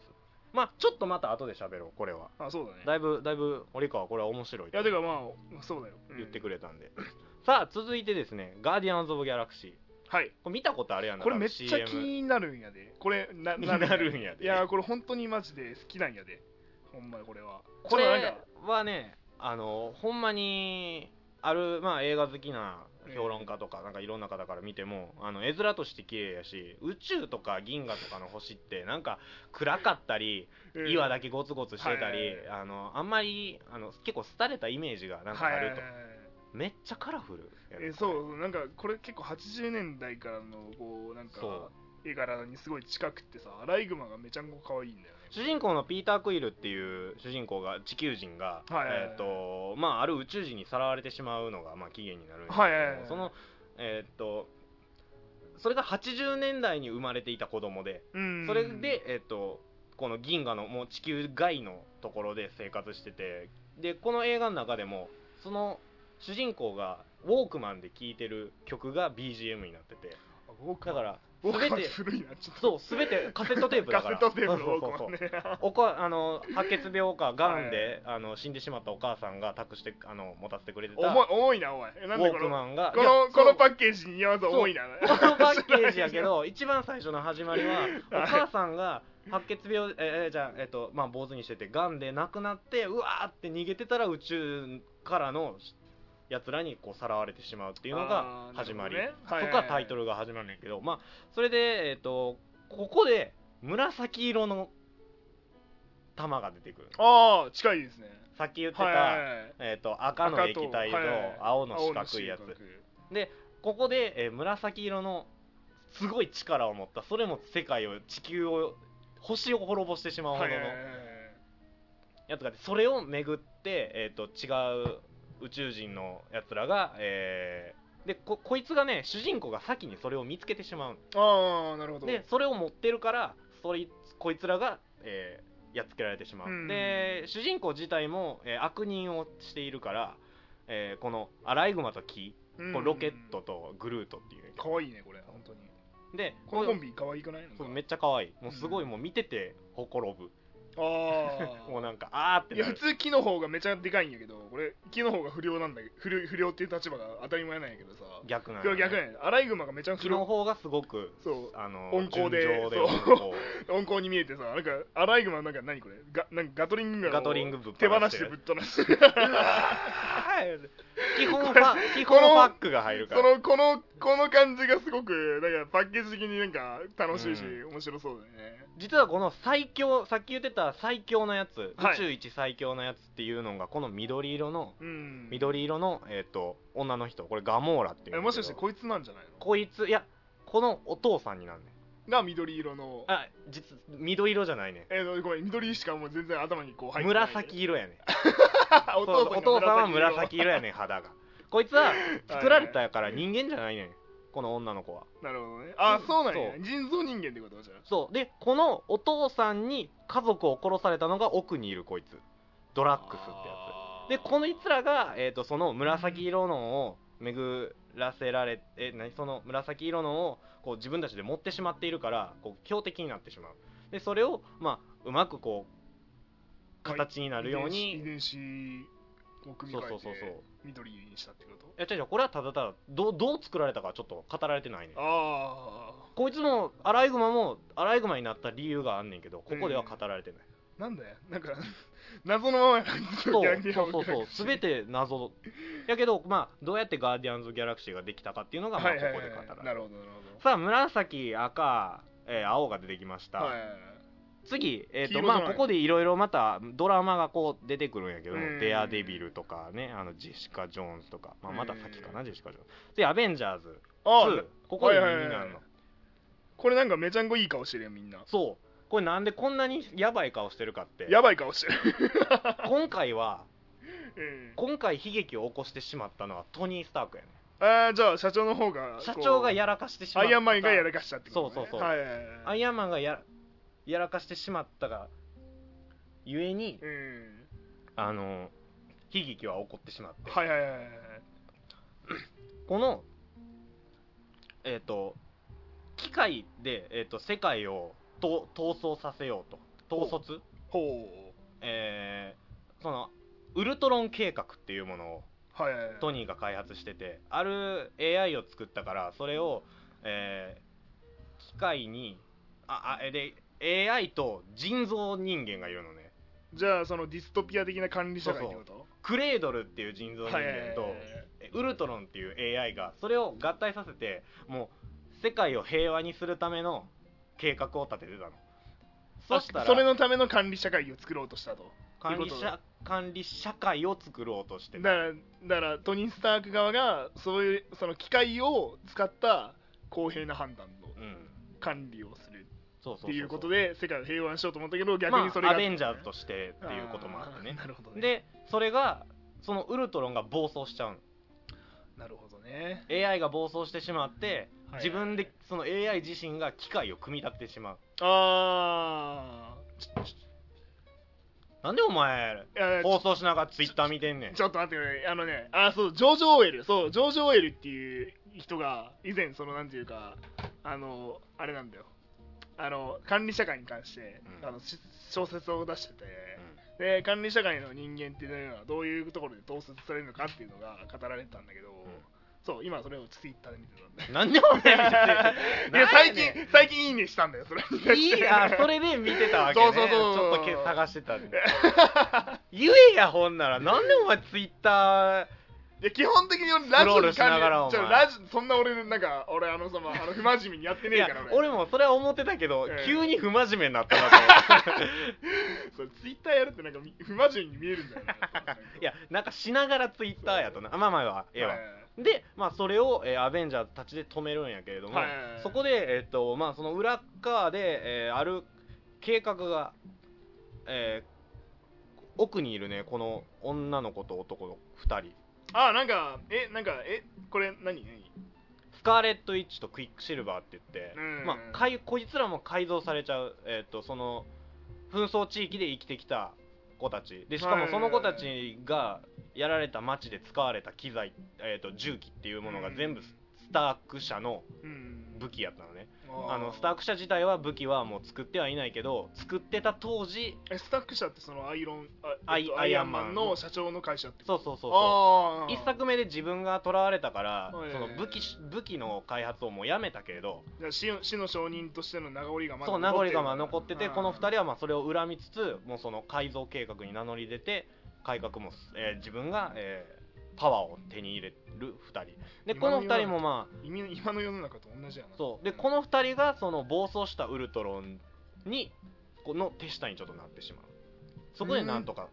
Speaker 1: まあちょっとまた後で喋ろうこれは
Speaker 2: あそうだね
Speaker 1: だいぶだいぶ堀川これは面白い
Speaker 2: い
Speaker 1: と
Speaker 2: やてかまあそうだよ、うん
Speaker 1: 言ってくれたんでさあ続いてですね「ガーディアンズ・オブ・ギャラクシー
Speaker 2: はい」
Speaker 1: これ見たことあるやんな
Speaker 2: これめっち
Speaker 1: 多
Speaker 2: ゃ
Speaker 1: 分
Speaker 2: 気
Speaker 1: CM
Speaker 2: になるんやでこれな
Speaker 1: になるんやで
Speaker 2: いやこれ本当にマジで好きなんやでほんまこれは
Speaker 1: こ
Speaker 2: ちょっとなん
Speaker 1: れ
Speaker 2: か
Speaker 1: はねあのほんまにある、まあ、映画好きな評論家とか,、なんかいろんな方から見てもあの絵面として綺麗やし宇宙とか銀河とかの星ってなんか暗かったり
Speaker 2: うん
Speaker 1: 岩だけゴツゴツしてた
Speaker 2: はいはい
Speaker 1: り
Speaker 2: はい
Speaker 1: あのあんまりあの結構廃れたイメージがなんかあると、
Speaker 2: はいはいはいはい
Speaker 1: めっちゃカラフルやね
Speaker 2: えそうなんかこれ結構80年代からのこうなんか
Speaker 1: そ
Speaker 2: 絵柄にすごい近くってさアライグマがめちゃんこ可愛いんだよね
Speaker 1: 主人公のピーター・クイルっていう主人公が地球人が、
Speaker 2: はいはいはい
Speaker 1: えーとまあ、ある宇宙人にさらわれてしまうのが、まあ、起源になるんですけど、
Speaker 2: はいはいはい
Speaker 1: そのえっ、とそれが80年代に生まれていた子供で
Speaker 2: うん
Speaker 1: それで、えっとこの銀河のもう地球外のところで生活しててでこの映画の中でもその主人公がウォークマンで聴いてる曲が BGM になってて
Speaker 2: あウォーク
Speaker 1: だから
Speaker 2: マンウォー
Speaker 1: 全
Speaker 2: クマン
Speaker 1: て
Speaker 2: 古いなちょっと
Speaker 1: そう全てカセットテープだか
Speaker 2: ガセ
Speaker 1: ら
Speaker 2: ットテー
Speaker 1: そ
Speaker 2: プの
Speaker 1: う
Speaker 2: ウ
Speaker 1: そ
Speaker 2: ォ
Speaker 1: う
Speaker 2: ー
Speaker 1: そう
Speaker 2: クマンね
Speaker 1: おかあの白血病かがんで、あの死んでしまったお母さんが託してあの持たせてくれてたウ
Speaker 2: 重い
Speaker 1: ォ
Speaker 2: 重いなおいえなんでこ
Speaker 1: ーク
Speaker 2: の
Speaker 1: マンが
Speaker 2: こ
Speaker 1: いや
Speaker 2: の
Speaker 1: そう
Speaker 2: このパッケージに似合わず重いな
Speaker 1: このパッケージやけど一番最初の始まりはお母さんが白血病ええじゃあえっとまあ坊主にしててがんで亡くなってうわーって逃げてたら宇宙からのやつらにこうさらわれてしまうっていうのが始まり、
Speaker 2: と
Speaker 1: そこからタイトルが始まるんやけど、まあそれでえっ、とここで紫色の玉が出てくる
Speaker 2: ああ近いですね
Speaker 1: さっき言ってた、
Speaker 2: はいはいはい
Speaker 1: えっ、と赤の液体と
Speaker 2: 赤とはい
Speaker 1: 青の四角いやつ、
Speaker 2: 青の四角
Speaker 1: ここで、えー紫色のすごい力を持ったそれも世界を地球を星を滅ぼしてしまうほど
Speaker 2: は
Speaker 1: の
Speaker 2: いはいはい
Speaker 1: やつがあってそれを巡って、えー、と違う宇宙人のやつらが、えーでここいつがね主人公が先にそれを見つけてしまうの
Speaker 2: ああなるほど
Speaker 1: でそれを持ってるからそいこいつらが、えーやっつけられてしまう、
Speaker 2: うん
Speaker 1: で主人公自体も、えー悪人をしているから、えーこのアライグマとキ
Speaker 2: うん
Speaker 1: このロケットとグルートっていう、
Speaker 2: 可愛いねこれ本当に
Speaker 1: で
Speaker 2: このコンビ可愛くないの
Speaker 1: そうめっちゃ可愛いもうすごいもう見ててほころぶ、もう
Speaker 2: あ
Speaker 1: なんかあーっ
Speaker 2: あ
Speaker 1: て
Speaker 2: い
Speaker 1: な
Speaker 2: や
Speaker 1: る
Speaker 2: 普通木の方がめちゃでかいんやけどこれ木の方が不良なんだけど不良不良っていう立場が当たり前なんやけどさ
Speaker 1: 逆な
Speaker 2: これ逆
Speaker 1: ね
Speaker 2: なんやアライグマがめちゃ
Speaker 1: 木
Speaker 2: くちゃ
Speaker 1: の方がすごく
Speaker 2: そう
Speaker 1: あの
Speaker 2: 温厚で
Speaker 1: 純情
Speaker 2: そう
Speaker 1: 温厚
Speaker 2: 温厚に見えてさなんかアライグマなんか何これガなんかガトリングガンを
Speaker 1: ガトリングぶっ放して
Speaker 2: 手
Speaker 1: る
Speaker 2: 放してぶっ放して
Speaker 1: 基本ファ基本ファックが入るか
Speaker 2: そ
Speaker 1: ら
Speaker 2: のこのこの感じがすごくなんかパッケージ的になんか楽しいし、
Speaker 1: う
Speaker 2: 面白そうだよね
Speaker 1: 実はこの最強さっき言ってた最強のやつ、
Speaker 2: はい
Speaker 1: 宇宙一最強のやつっていうのがこの緑色の
Speaker 2: うん
Speaker 1: 緑色の、えー、と女の人これガモーラっていうんだけ
Speaker 2: え
Speaker 1: ど
Speaker 2: もしかしてこいつなんじゃないの
Speaker 1: こいついやこのお父さんになんねん
Speaker 2: が緑色の
Speaker 1: あ実緑色じゃないね
Speaker 2: えー、ごめん緑しかもう全然頭にこう入ってない
Speaker 1: 紫色やねん
Speaker 2: あお
Speaker 1: そう
Speaker 2: 父
Speaker 1: お
Speaker 2: さ
Speaker 1: 父
Speaker 2: んが
Speaker 1: さんは
Speaker 2: 色
Speaker 1: 紫色やねん肌がこいつは作られたから人間じゃないねんこの女の子は
Speaker 2: なるほどねあそうなんや
Speaker 1: そう
Speaker 2: 人造人間ってことじゃん
Speaker 1: そうでこのお父さんに家族を殺されたのが奥にいるこいつドラッグスってやつでこのいつらが、えー、とその紫色のを巡らせられえ何その紫色のをこう自分たちで持ってしまっているからこう強敵になってしまうでそれを、まあ、うまくこう形になるように
Speaker 2: 遺伝子遺伝子を組み替えて
Speaker 1: そうそうそうそう
Speaker 2: 緑にしたってこと
Speaker 1: いや違う違うこれはただただどうどう作られたかちょっと語られてないね
Speaker 2: あ
Speaker 1: こいつもアライグマもアライグマになった理由があんねんけどここでは語られてない、
Speaker 2: あなんだよなんか 謎のままやなずっと逆に
Speaker 1: そうそうそうそう全て謎やけどまあどうやってガーディアンズ・ギャラクシーができたかっていうのがまあ
Speaker 2: は
Speaker 1: こ
Speaker 2: い
Speaker 1: こ
Speaker 2: はい
Speaker 1: で語
Speaker 2: は
Speaker 1: られ
Speaker 2: い
Speaker 1: る、
Speaker 2: なるほどなる
Speaker 1: さあ紫赤、えー青が出てきました、
Speaker 2: ほどはいはい
Speaker 1: 次、えーと
Speaker 2: 黄色じゃ
Speaker 1: ま
Speaker 2: ない
Speaker 1: あ、ここでいろいろまたドラマがこう出てくるんやけど
Speaker 2: う
Speaker 1: 「
Speaker 2: ん
Speaker 1: デアデビル」とかねあのジェシカ・ジョーンズとか、まあ、また先か
Speaker 2: う
Speaker 1: なジェシカ・ジョーンズで「アベンジャーズ
Speaker 2: はいあ
Speaker 1: 2
Speaker 2: ー」
Speaker 1: ここで
Speaker 2: はい
Speaker 1: 耳
Speaker 2: はい
Speaker 1: に
Speaker 2: はい
Speaker 1: なるの、
Speaker 2: これなんかめちゃんこいい顔してるよみんな
Speaker 1: そう これなんでこんなにやばい顔してるかって
Speaker 2: やばい顔してる
Speaker 1: 今回は
Speaker 2: うん
Speaker 1: 今回悲劇を起こしてしまったのはトニー・スタークやね
Speaker 2: あーじゃあ社長の方が
Speaker 1: 社長が
Speaker 2: こ
Speaker 1: やらかしてし
Speaker 2: う
Speaker 1: まっ
Speaker 2: ア
Speaker 1: た
Speaker 2: イアンマンがやらかしたってこと、ね、
Speaker 1: そうそうそう
Speaker 2: はいはいはい
Speaker 1: アイアンマンがやらやらかしてしまったがゆえに
Speaker 2: うん
Speaker 1: あの悲劇は起こってしまって
Speaker 2: はいはいはいはい
Speaker 1: このえっ、と機械で、えー、と世界をと逃走させようと統率
Speaker 2: ほう
Speaker 1: えーそのウルトロン計画っていうものを
Speaker 2: はいはいはい
Speaker 1: トニーが開発しててある AI を作ったからそれを、えー機械にああえで AI と人造人間がいるのね
Speaker 2: じゃあそのディストピア的な管理社会ってこと
Speaker 1: クレードルっていう人造人
Speaker 2: はいはいはい
Speaker 1: 間とえウルトロンっていう AI がそれを合体させてもう世界を平和にするための計画を立ててたのそした
Speaker 2: あ
Speaker 1: ら
Speaker 2: それのための管理社会を作ろうとしたと
Speaker 1: 管理
Speaker 2: ってこと
Speaker 1: 社管理社会を作ろうとしてた
Speaker 2: だからだからトニー・スターク側がそういうその機械を使った公平な判断の
Speaker 1: うん
Speaker 2: 管理をする
Speaker 1: そうそうそう
Speaker 2: っていう
Speaker 1: そ
Speaker 2: ことで世界を平和にしようと思ったけど逆にそれ
Speaker 1: まあ、
Speaker 2: が、
Speaker 1: アベンジャーズとしてっていうこともあってね
Speaker 2: ーなるほどね
Speaker 1: でそれがそのウルトロンが暴走しちゃうの
Speaker 2: なるほどね
Speaker 1: AI が暴走してしまって、
Speaker 2: はい
Speaker 1: 自分でその AI 自身が機械を組み立ててしまう
Speaker 2: あ
Speaker 1: なんでお前
Speaker 2: ーいや
Speaker 1: 放送しながらツイッター見てんねん
Speaker 2: ちょっと待ってくださいあのねあーそうジョージ・オーエルそうジョージ・オーエルっていう人が以前そのなんていうかあのあれなんだよあの管理社会に関して、
Speaker 1: うん
Speaker 2: あのし小説を出してて、で管理社会の人間っていうのはどういうところで統率されるのかっていうのが語られてたんだけど、そう今それをツイッターで見てたんで
Speaker 1: うんなんでお前見てんねん
Speaker 2: いや
Speaker 1: な
Speaker 2: 最
Speaker 1: んやね
Speaker 2: 近最近いいねしたんだよそれに
Speaker 1: んいいあそれで見てたわけね
Speaker 2: そうそうそうそう
Speaker 1: ちょっとけ探してたん で言えやほんならなんでお前ツイッター
Speaker 2: いや基本的に俺
Speaker 1: スクロー
Speaker 2: ラ
Speaker 1: ル
Speaker 2: ジ
Speaker 1: し
Speaker 2: オ
Speaker 1: ながら
Speaker 2: 管理
Speaker 1: お前
Speaker 2: ちょラジそんな俺なんか俺あのさ、まあ、あの不真面目にやって
Speaker 1: い
Speaker 2: ねえ
Speaker 1: や
Speaker 2: から俺
Speaker 1: 俺もそれは思ってたけど、
Speaker 2: うん
Speaker 1: 急に不真面目になったなと思って
Speaker 2: それツイッターやるってなんかみ不真面目に見えるんだよね
Speaker 1: いやなんかしながらツイッターやとなあまあまあまあええわ
Speaker 2: はい
Speaker 1: でまあそれを、えーアベンジャーズたちで止めるんやけれども、
Speaker 2: はいはいはい
Speaker 1: そこでえっ、とまあその裏側で、えーある計画が、えー奥にいるねこの女の子と男の2人
Speaker 2: あなんかえなんかえこれ何何
Speaker 1: スカーレット・イッチとクイックシルバーって言って、
Speaker 2: うん
Speaker 1: まあ、かいこいつらも改造されちゃう、えー、とその紛争地域で生きてきた子たちでしかもその子たちがやられた町で使われた機材、えー、と銃器っていうものが全部
Speaker 2: うん
Speaker 1: スターク社の
Speaker 2: うん
Speaker 1: 武器やったのね
Speaker 2: あ
Speaker 1: あのスターク社自体は武器はもう作ってはいないけど作ってた当時
Speaker 2: えスタック社ってそのアイロンあ
Speaker 1: ア
Speaker 2: えっ
Speaker 1: イ
Speaker 2: と
Speaker 1: アイアンマン
Speaker 2: アの社長の会社ってこと
Speaker 1: そうそうそうそう
Speaker 2: ああ
Speaker 1: 一作目で自分が囚われたから
Speaker 2: はい
Speaker 1: その武器し武器の開発をもうやめたけれど
Speaker 2: じゃあ死の死の証人としての名残がまだ
Speaker 1: そう名
Speaker 2: 残
Speaker 1: 残
Speaker 2: ってる
Speaker 1: がまあ残っててこの
Speaker 2: あ
Speaker 1: 2人はまあそれを恨みつつもうその改造計画に名乗り出て改革もす、えー自分が、えーパワーを手に入れる2人でこの2人もまあ
Speaker 2: ー今今の世の中と同じやな
Speaker 1: そうでこの2人がその暴走したウルトロンにこの手下にちょっとなってしまうそこでなんとか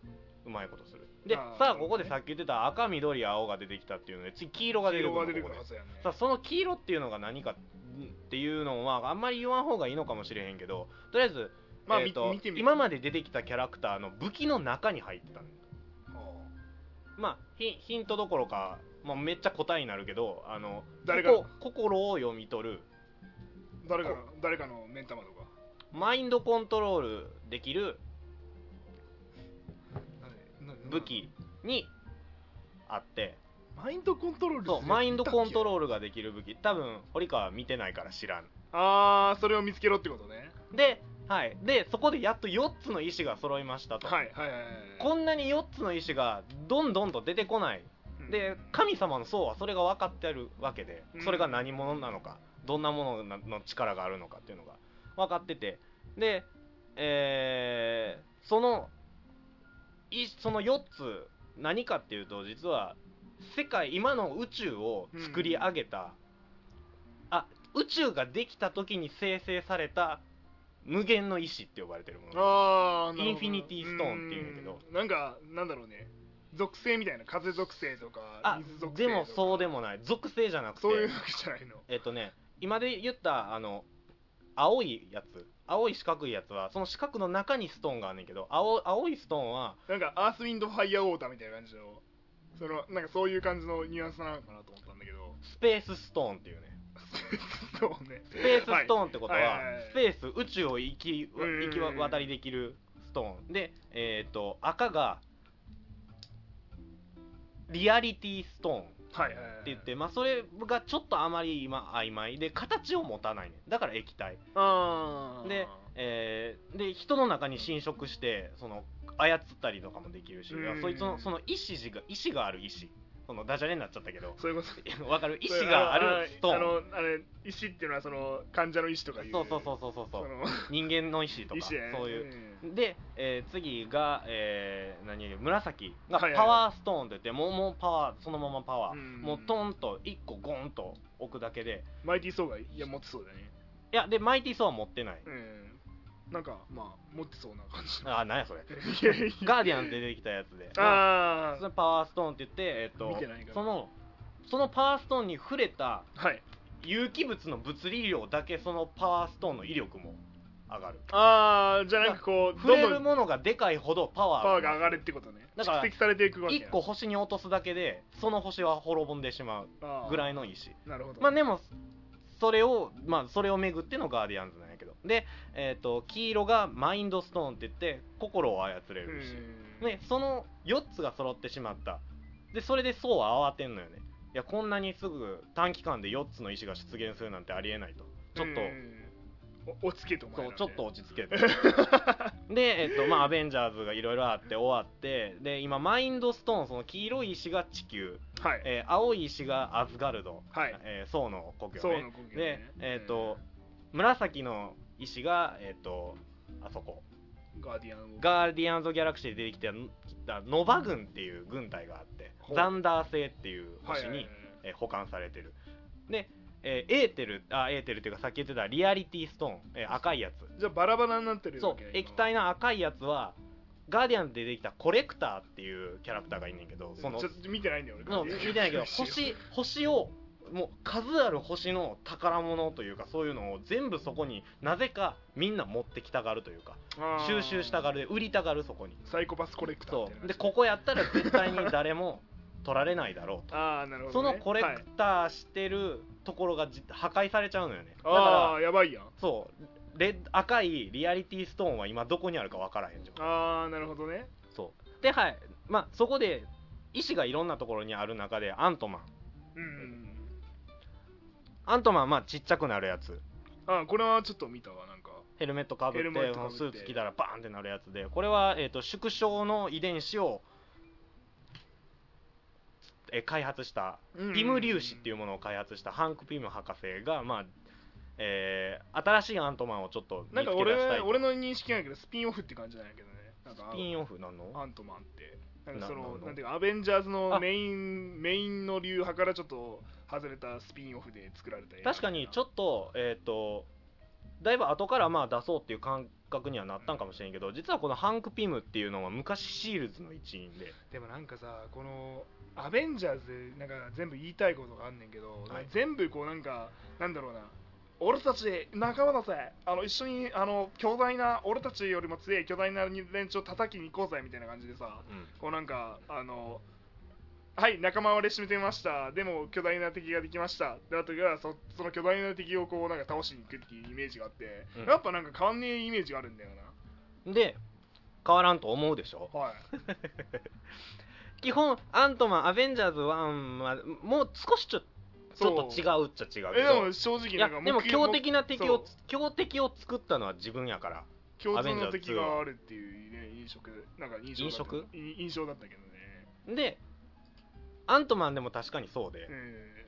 Speaker 1: うまいことするで
Speaker 2: あー
Speaker 1: さあここでさっき言ってた赤緑青が出てきたっていうので次黄色が出てくるの
Speaker 2: 色が出てく
Speaker 1: こ
Speaker 2: る
Speaker 1: こ
Speaker 2: は
Speaker 1: で
Speaker 2: ずやね
Speaker 1: さあその黄色っていうのが何かっていうのはあんまり言わん方がいいのかもしれへんけどとりあえず、
Speaker 2: まあ
Speaker 1: えーと
Speaker 2: み見てみる
Speaker 1: 今まで出てきたキャラクターの武器の中に入ってたの
Speaker 2: は
Speaker 1: まあヒヒントどころか、まあ、めっちゃ答えになるけどあの
Speaker 2: 誰が
Speaker 1: ここ心を読み取る
Speaker 2: あ誰かの誰かの目ん玉とか
Speaker 1: マインドコントロールできる
Speaker 2: なな
Speaker 1: 武器にあって
Speaker 2: マインドコントロール
Speaker 1: そうマインドコント
Speaker 2: ール
Speaker 1: ロールができる武器多分堀川は見てないから知らん
Speaker 2: あーそれを見つけろってことね
Speaker 1: で,、はい、でそこでやっと4つの石が揃いましたと、
Speaker 2: はいはいはいはい
Speaker 1: こんなに4つの石がどんどんと出てこない
Speaker 2: うん
Speaker 1: で神様の層はそれが分かってあるわけで
Speaker 2: うん
Speaker 1: それが何者なのかどんなものなの力があるのかっていうのが分かっててで、えーそのいその4つ何かっていうと実は世界今の宇宙を作り上げた、あ宇宙ができた時に生成された無限の意志って呼ばれてるもの
Speaker 2: あーなるほど
Speaker 1: インフィニティストーンっていうんやけど
Speaker 2: ーんなんかなんだろうね属性みたいな風属性とか
Speaker 1: あ
Speaker 2: 水属性
Speaker 1: で
Speaker 2: と
Speaker 1: も
Speaker 2: か
Speaker 1: そうでもない属性じゃなくて
Speaker 2: そういうわけじゃないの
Speaker 1: えっとね今で言ったあの青いやつ青い四角いやつはその四角の中にストーンがあんねんけど青青いストーンは
Speaker 2: なんかアースウィンドファイアウォーターみたいな感じのそのなんかそういう感じのニュアンスなのかなと思ったんだけど
Speaker 1: スペースストーンっていうね
Speaker 2: スペース ストーンね
Speaker 1: スペースストーンってことは,、
Speaker 2: はいはいはいはい
Speaker 1: スペース宇宙を行き
Speaker 2: うんうんう
Speaker 1: 行
Speaker 2: ん
Speaker 1: き渡りできるストーンでえっ、と赤がリアリティストーンって
Speaker 2: はいはいはいはい
Speaker 1: 言って、まあ、それがちょっとあまり今曖昧で形を持たないねだから液体
Speaker 2: あー
Speaker 1: で,、えーで人の中に侵食してその操ったりとかもできるし、
Speaker 2: うん
Speaker 1: そいつのその意志が意志がある意志そのダジャレになっちゃったけど
Speaker 2: そういうこと
Speaker 1: わかる意志があるストー
Speaker 2: あ
Speaker 1: ン
Speaker 2: のあれ石っていうのはその患者の石とかいう
Speaker 1: そうそう
Speaker 2: う
Speaker 1: そうそうそうそう
Speaker 2: の
Speaker 1: 人間の意志とか
Speaker 2: 石ね
Speaker 1: そういう、
Speaker 2: ん
Speaker 1: で、えー次が、えー何紫が
Speaker 2: はいはい
Speaker 1: パワーストーンって言って、もうもうパワーそのままパワー、
Speaker 2: うん
Speaker 1: もうトンと1個ゴンと置くだけで
Speaker 2: マイティー・ソーがいや持ってそうだね
Speaker 1: いやでマイティーソーは持ってない、
Speaker 2: うんなんかまあ持ってそうな感じ
Speaker 1: ああ何やそ れ
Speaker 2: いやいや
Speaker 1: ガーディアンで出てきたやつで
Speaker 2: あ
Speaker 1: そ
Speaker 2: ー
Speaker 1: のパワーストーンって言って,、えー、と
Speaker 2: 見てないから
Speaker 1: そのそのパワーストーンに触れた
Speaker 2: はい
Speaker 1: 有機物の物理量だけそのパワーストーンの威力も上がる
Speaker 2: ああじゃなくこう
Speaker 1: 触
Speaker 2: どん
Speaker 1: れ
Speaker 2: ど
Speaker 1: る
Speaker 2: ん
Speaker 1: ものがでかいほどパワー
Speaker 2: パワーが上がるってことね
Speaker 1: だから
Speaker 2: 蓄積されていくわけや
Speaker 1: 1個星に落とすだけでその星は滅んでしまうぐらいの意志
Speaker 2: あーなるほど
Speaker 1: まあでもそれをまあそれを巡ってのガーディアンズなんやけどでえっ、と黄色がマインドストーンって言って心を操れる意志
Speaker 2: うん
Speaker 1: ねその4つが揃ってしまったでそれでそうは慌てんのよねいやこんなにすぐ短期間で4つの意志が出現するなんてありえないとちょっと
Speaker 2: とおおつけとお前
Speaker 1: そ
Speaker 2: ら
Speaker 1: う
Speaker 2: み
Speaker 1: ち
Speaker 2: た
Speaker 1: ょっと
Speaker 2: いな
Speaker 1: 落ち着け てで、えっとまあ、アベンジャーズがいろいろあって終わってで今マインドストーンその黄色い石が地球、
Speaker 2: はい
Speaker 1: えー青い石がアズガルド、
Speaker 2: はい
Speaker 1: えー、宋の故郷
Speaker 2: そう
Speaker 1: ね
Speaker 2: の根拠
Speaker 1: でえっ、と紫の石がえっ、とあそこ
Speaker 2: ガーディアンを
Speaker 1: ガーディアンズ・オブギャラクシーで出てきたきたノバ軍っていう軍隊があって
Speaker 2: ほう
Speaker 1: ザンダー星っていう
Speaker 2: はい
Speaker 1: 星に、
Speaker 2: はいはい
Speaker 1: えー保管されてるで、えーエーテルあエーテルっていうかさっき言ってたリアリティストーン、えー赤いやつ
Speaker 2: じゃあバラバラになってる
Speaker 1: そう
Speaker 2: わけね今
Speaker 1: 液体の赤いやつはガーディアンズで出てきたコレクターっていうキャラクターがいんねんけどその
Speaker 2: ちょっと見てないんだよ俺
Speaker 1: の見て ないけど星星をもう数ある星の宝物というかそういうのを全部そこになぜかみんな持ってきたがるというか収集したが
Speaker 2: る
Speaker 1: るで売りたがるそこに
Speaker 2: サイコパスコレクターみ
Speaker 1: そ
Speaker 2: たいな
Speaker 1: う
Speaker 2: 感じ
Speaker 1: でここやったら絶対に誰も取られないだろうと、
Speaker 2: ああなるほ
Speaker 1: そ
Speaker 2: どね
Speaker 1: のコレ
Speaker 2: はい
Speaker 1: クターしてるところがじ破壊されちゃうのよねだ
Speaker 2: あ
Speaker 1: か
Speaker 2: あやばいやん
Speaker 1: らそうレッ赤いリアリティストーンは今どこにあるかわからへん状態
Speaker 2: ああなるほどね
Speaker 1: そうではいまあそこで意志がいろんなところにある中でアントマン
Speaker 2: うんうんうん
Speaker 1: アントマンまあちっちゃくなるやつ
Speaker 2: ああこれはちょっと見たわなんか
Speaker 1: ヘルメットかぶって
Speaker 2: ヘルメッ
Speaker 1: そ
Speaker 2: トかぶ
Speaker 1: の
Speaker 2: っ
Speaker 1: ス
Speaker 2: て
Speaker 1: ーツ着たらバーンってなるやつでこれは、えー、と縮小の遺伝子を、えー開発したイム粒子っていううものを開発したハンク・ピム博士がまあえー新しいアントマンをちょっと
Speaker 2: な
Speaker 1: 見
Speaker 2: んか
Speaker 1: つけ出
Speaker 2: 俺
Speaker 1: したい
Speaker 2: 俺の認識なんやけどスピンオフって感じなんやけどねなんか
Speaker 1: スピンオフなの
Speaker 2: アントマンってなんかそ
Speaker 1: なな
Speaker 2: の
Speaker 1: んの
Speaker 2: なんていうかアベンジャーズの
Speaker 1: あ
Speaker 2: メインメインの流派からちょっと外れたスピンオフで作られた
Speaker 1: 確かにちょ
Speaker 2: っ
Speaker 1: っとえっ、とだいぶ後からまあ出そうっていう感覚にはなったんかもしれんけど実はこのハンク・ピムっていうのは昔シールズの一員で
Speaker 2: でもなんかさこのアベンジャーズでなんか全部言いたいことがあんねんけど、
Speaker 1: はい
Speaker 2: 全部こうなんかなんだろうな俺たち仲間だぜあの一緒にあの巨大な俺たちよりも強い巨大な連中を叩きに行こうぜみたいな感じでさ、こうなんかあのはい仲間割れ締めてましたでも巨大な敵ができましたであとがそその巨大な敵をこうなんか倒しに行くっていうイメージがあって、
Speaker 1: うん
Speaker 2: やっぱなんか変わんねえイメージがあるんだよ
Speaker 1: うんで変わらんと思うでしょ
Speaker 2: なはい
Speaker 1: 基本アントマンアベンジャーズ1はもう少しちょち
Speaker 2: そう
Speaker 1: ょっと違うっちゃ違うけ
Speaker 2: え
Speaker 1: ど
Speaker 2: でも正直
Speaker 1: い
Speaker 2: な
Speaker 1: や
Speaker 2: んか
Speaker 1: でも
Speaker 2: 目
Speaker 1: 強敵な敵を
Speaker 2: そ
Speaker 1: 強敵を作ったのは自分やから
Speaker 2: う共通
Speaker 1: ア
Speaker 2: の
Speaker 1: ベンジ
Speaker 2: 敵
Speaker 1: ャーズは
Speaker 2: があるっていう、ね、印象なんか印象だったい印象だったけどね
Speaker 1: でアントマンでも確かにそうで、
Speaker 2: え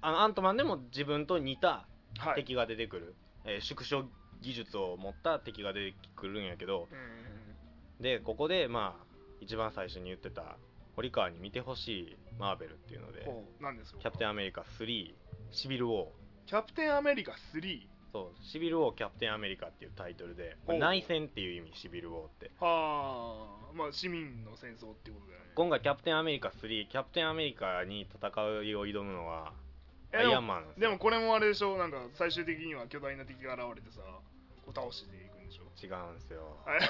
Speaker 1: あのアントマンでも自分と似た
Speaker 2: ーはい
Speaker 1: 敵が出てくる、えー縮小技術を持った敵が出てくるんやけど
Speaker 2: うん
Speaker 1: でここでまあ一番最初に言ってた堀川に見てほしいマーベルっていうので
Speaker 2: ほうなんです
Speaker 1: 「
Speaker 2: よ
Speaker 1: キャプテンアメリカ3シビル・ウォー」
Speaker 2: キャプテンアメリカ3
Speaker 1: そう「シビル・ウォー・キャプテンアメリカ」っていうタイトルで
Speaker 2: おう
Speaker 1: 内戦っていう意味シビル・ウォーって
Speaker 2: はあまあ市民の戦争っていうことだよね
Speaker 1: 今回「キャプテンアメリカ3」キャプテンアメリカに戦いを挑むのは
Speaker 2: え
Speaker 1: アイアンマンなん
Speaker 2: でも
Speaker 1: よ
Speaker 2: これもあれでしょなんか最終的には巨大な敵が現れてさこう倒していくんでしょ
Speaker 1: 違うんですよ
Speaker 2: あれ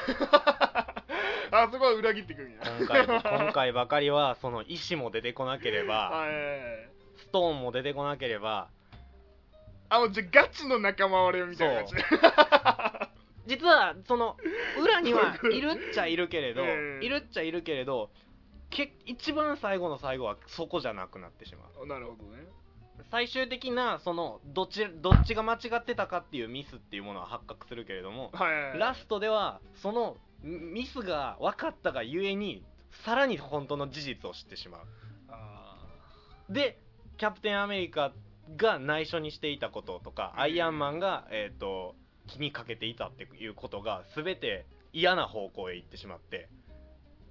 Speaker 2: あそこは裏切ってくんや
Speaker 1: 今回 今回ばかりはその意志も出てこなければ
Speaker 2: あええ
Speaker 1: ストーンも出てこなければ
Speaker 2: あもうじゃあガチの仲間割れみたいなやつ
Speaker 1: そう実はその裏にはいるっちゃいるけれど
Speaker 2: ええ
Speaker 1: いるっちゃいるけれどけ一番最後の最後はそこじゃなくなってしまう
Speaker 2: なるほどね
Speaker 1: 最終的なそのどっちどっちが間違ってたかっていうミスっていうものは発覚するけれども
Speaker 2: はいはいはい
Speaker 1: ラストではそのミスが分かったがゆえにさらに本当の事実を知ってしまう
Speaker 2: あ
Speaker 1: でキャプテンアメリカが内緒にしていたこととかアイアンマンが、えー、と気にかけていたっていうことが全て嫌な方向へ行ってしまって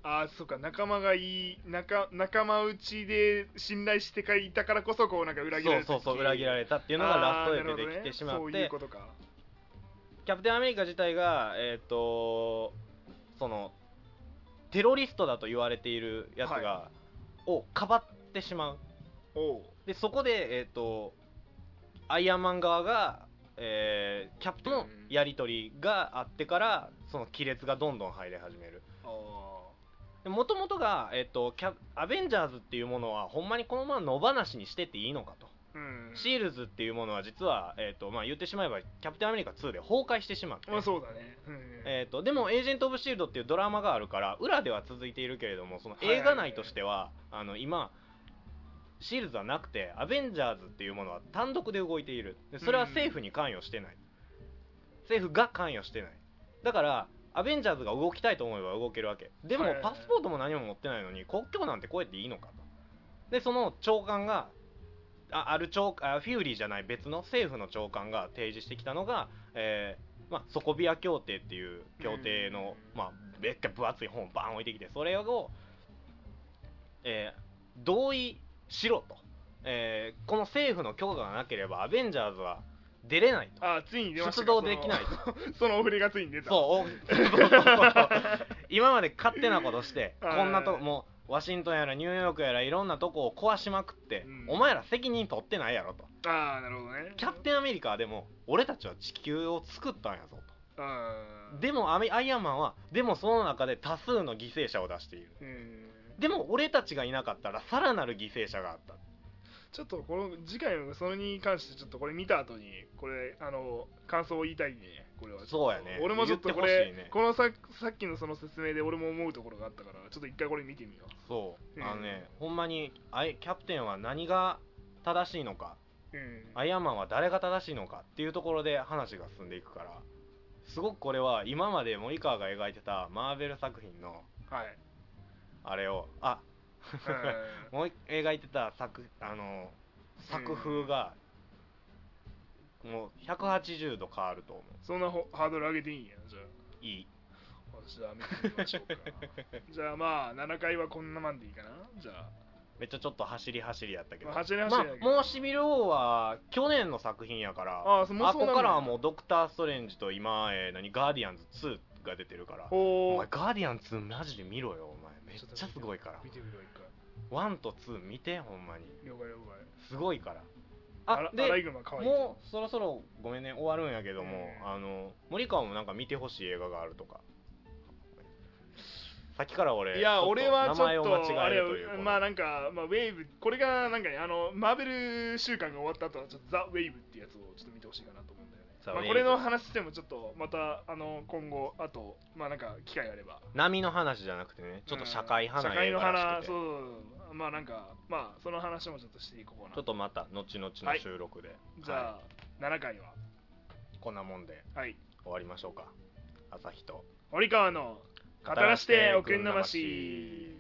Speaker 2: ーあーそっか仲間がいい仲仲間内で信頼してかいたからこそこうなんか裏切ら
Speaker 1: そ
Speaker 2: れ
Speaker 1: う
Speaker 2: た
Speaker 1: そうそう裏切ら
Speaker 2: れ
Speaker 1: れたっていうのがラストで出てきてしまっ
Speaker 2: そう
Speaker 1: て、
Speaker 2: いうことか
Speaker 1: キャプテンアメリカ自体がえっ、とそのテロリストだと言われているやつが、
Speaker 2: は
Speaker 1: をかばってしまう
Speaker 2: おう
Speaker 1: でそこでえっ、とアイアンマン側が、えーキャプテンのやり取りがあってからその亀裂がどんどん入り始める
Speaker 2: あー
Speaker 1: もともとが、えっとキャアベンジャーズっていうものはほんまにこのまま野放しにしてっていいのかと
Speaker 2: うん
Speaker 1: シールズっていうものは実は、えっとまあ、言ってしまえばキャプテンアメリカ2で崩壊してしまって
Speaker 2: まあそうだね、うん
Speaker 1: えー、とでも「エージェント・オブ・シールド」っていうドラマがあるから裏では続いているけれどもその
Speaker 2: はいはい
Speaker 1: 映画内としてはあの今シールズはなくてアベンジャーズっていうものは単独で動いているでそれは政府に関与してない政府が関与してないだからアベンジャーズが動きたいと思えば動けるわけでも
Speaker 2: はいはい
Speaker 1: パスポートも何も持ってないのに国境なんて越えていいのかとでその長官があある長あフューリーじゃない別の政府の長官が提示してきたのが、えーまあ、ソコビア協定っていう協定の、
Speaker 2: うん
Speaker 1: まあ、めっちゃ分厚い本をバーン置いてきてそれを、えー同意しろと、えーこの政府の許可がなければアベンジャーズは出れないと
Speaker 2: あーついに出ました
Speaker 1: 出
Speaker 2: か
Speaker 1: 動できない
Speaker 2: そ
Speaker 1: と
Speaker 2: のそのお振りがついに出た
Speaker 1: そうおそうそうそうそう今まで勝手なことして
Speaker 2: はい
Speaker 1: こんなとこもうワシントンやらニューヨークやらいろんなとこを壊しまくって、
Speaker 2: うん
Speaker 1: お前ら責任取ってないやろと
Speaker 2: ああなるほどね
Speaker 1: キャプテンアメリカはでも俺たちは地球を作ったんやぞ
Speaker 2: うん
Speaker 1: とでもアメアイアンマンはでもその中で多数の犠牲者を出している
Speaker 2: うん
Speaker 1: でも俺たちがいなかったらさらなる犠牲者があった
Speaker 2: ちょっとこの次回のそれに関してちょっとこれ見た後にこれあの感想を言いたいねこれはちょっと
Speaker 1: そうやね
Speaker 2: 俺もちょっとこ
Speaker 1: 言って
Speaker 2: れ
Speaker 1: ほしいね
Speaker 2: このささっきのその説明で俺も思うところがあったからちょっと一回これ見てみよ
Speaker 1: そう、
Speaker 2: うん
Speaker 1: あのねほんまにアイキャプテンは何が正しいのか
Speaker 2: ううん
Speaker 1: アイアンマンは誰が正しいのかっていうところで話が進んでいくからすごくこれは今まで森川が描いてたマーベル作品の
Speaker 2: はい
Speaker 1: あれをあ
Speaker 2: うん
Speaker 1: もう描いてた作あの作風がもう180度変わると思
Speaker 2: そんなほハードル上げていいんやじゃあ
Speaker 1: ういい
Speaker 2: じゃあ見てみましょうかじゃあまあ7回はこんなまんでいいかなじゃあ
Speaker 1: めっちゃちょっと走り走りやったけど
Speaker 2: まあ走り走
Speaker 1: ま
Speaker 2: りだけ
Speaker 1: あ
Speaker 2: ど
Speaker 1: もうシビル王は去年の作品やから
Speaker 2: ああそもう
Speaker 1: あ
Speaker 2: そ
Speaker 1: こ
Speaker 2: うな
Speaker 1: こ
Speaker 2: ん
Speaker 1: か
Speaker 2: だ
Speaker 1: らはもうドクター・ストレンジと今、えー何ガーディアンズ2が出てるからお
Speaker 2: おお
Speaker 1: 前ガーディアンズ2マジで見ろよお前めっちゃすごいから
Speaker 2: 見てみよう一回
Speaker 1: 1と2見てほんまに
Speaker 2: 了解了解
Speaker 1: すごいから
Speaker 2: あ
Speaker 1: あ
Speaker 2: らアラ
Speaker 1: で
Speaker 2: イグマ可愛いと
Speaker 1: もうそろそろごめんね終わるんやけども、
Speaker 2: うん
Speaker 1: あの森川もなんか見てほしい映画があるとかさっきから俺
Speaker 2: い
Speaker 1: ち
Speaker 2: や
Speaker 1: ょっと
Speaker 2: 俺はち
Speaker 1: 名
Speaker 2: ょ
Speaker 1: 前を
Speaker 2: っと
Speaker 1: 間違
Speaker 2: あ
Speaker 1: え
Speaker 2: れ
Speaker 1: る
Speaker 2: よ
Speaker 1: という
Speaker 2: まあなんか、まあ、ウェーブこれがなんかねあのマーベル週間が終わった後はちょっとザ・ウェーブってやつをちょっと見てほしいかなと思うんだよね
Speaker 1: ザ
Speaker 2: まあ、
Speaker 1: ウェーブ
Speaker 2: これの話してもちょっとまたあの今後あとまあなんか機会があれば
Speaker 1: 波の話じゃなくてねちょっと社会
Speaker 2: うん社
Speaker 1: 派な
Speaker 2: 会
Speaker 1: 映
Speaker 2: の
Speaker 1: 画らしく
Speaker 2: 話
Speaker 1: て、
Speaker 2: そうまあなんかまあその話もちょっとしていこうかな
Speaker 1: ちょっとまた後々の収録で、
Speaker 2: じゃ
Speaker 1: は
Speaker 2: あ、7回はい
Speaker 1: こんなもんで
Speaker 2: はい
Speaker 1: 終わりましょうか朝日と
Speaker 2: 堀川の語らしておくんなまし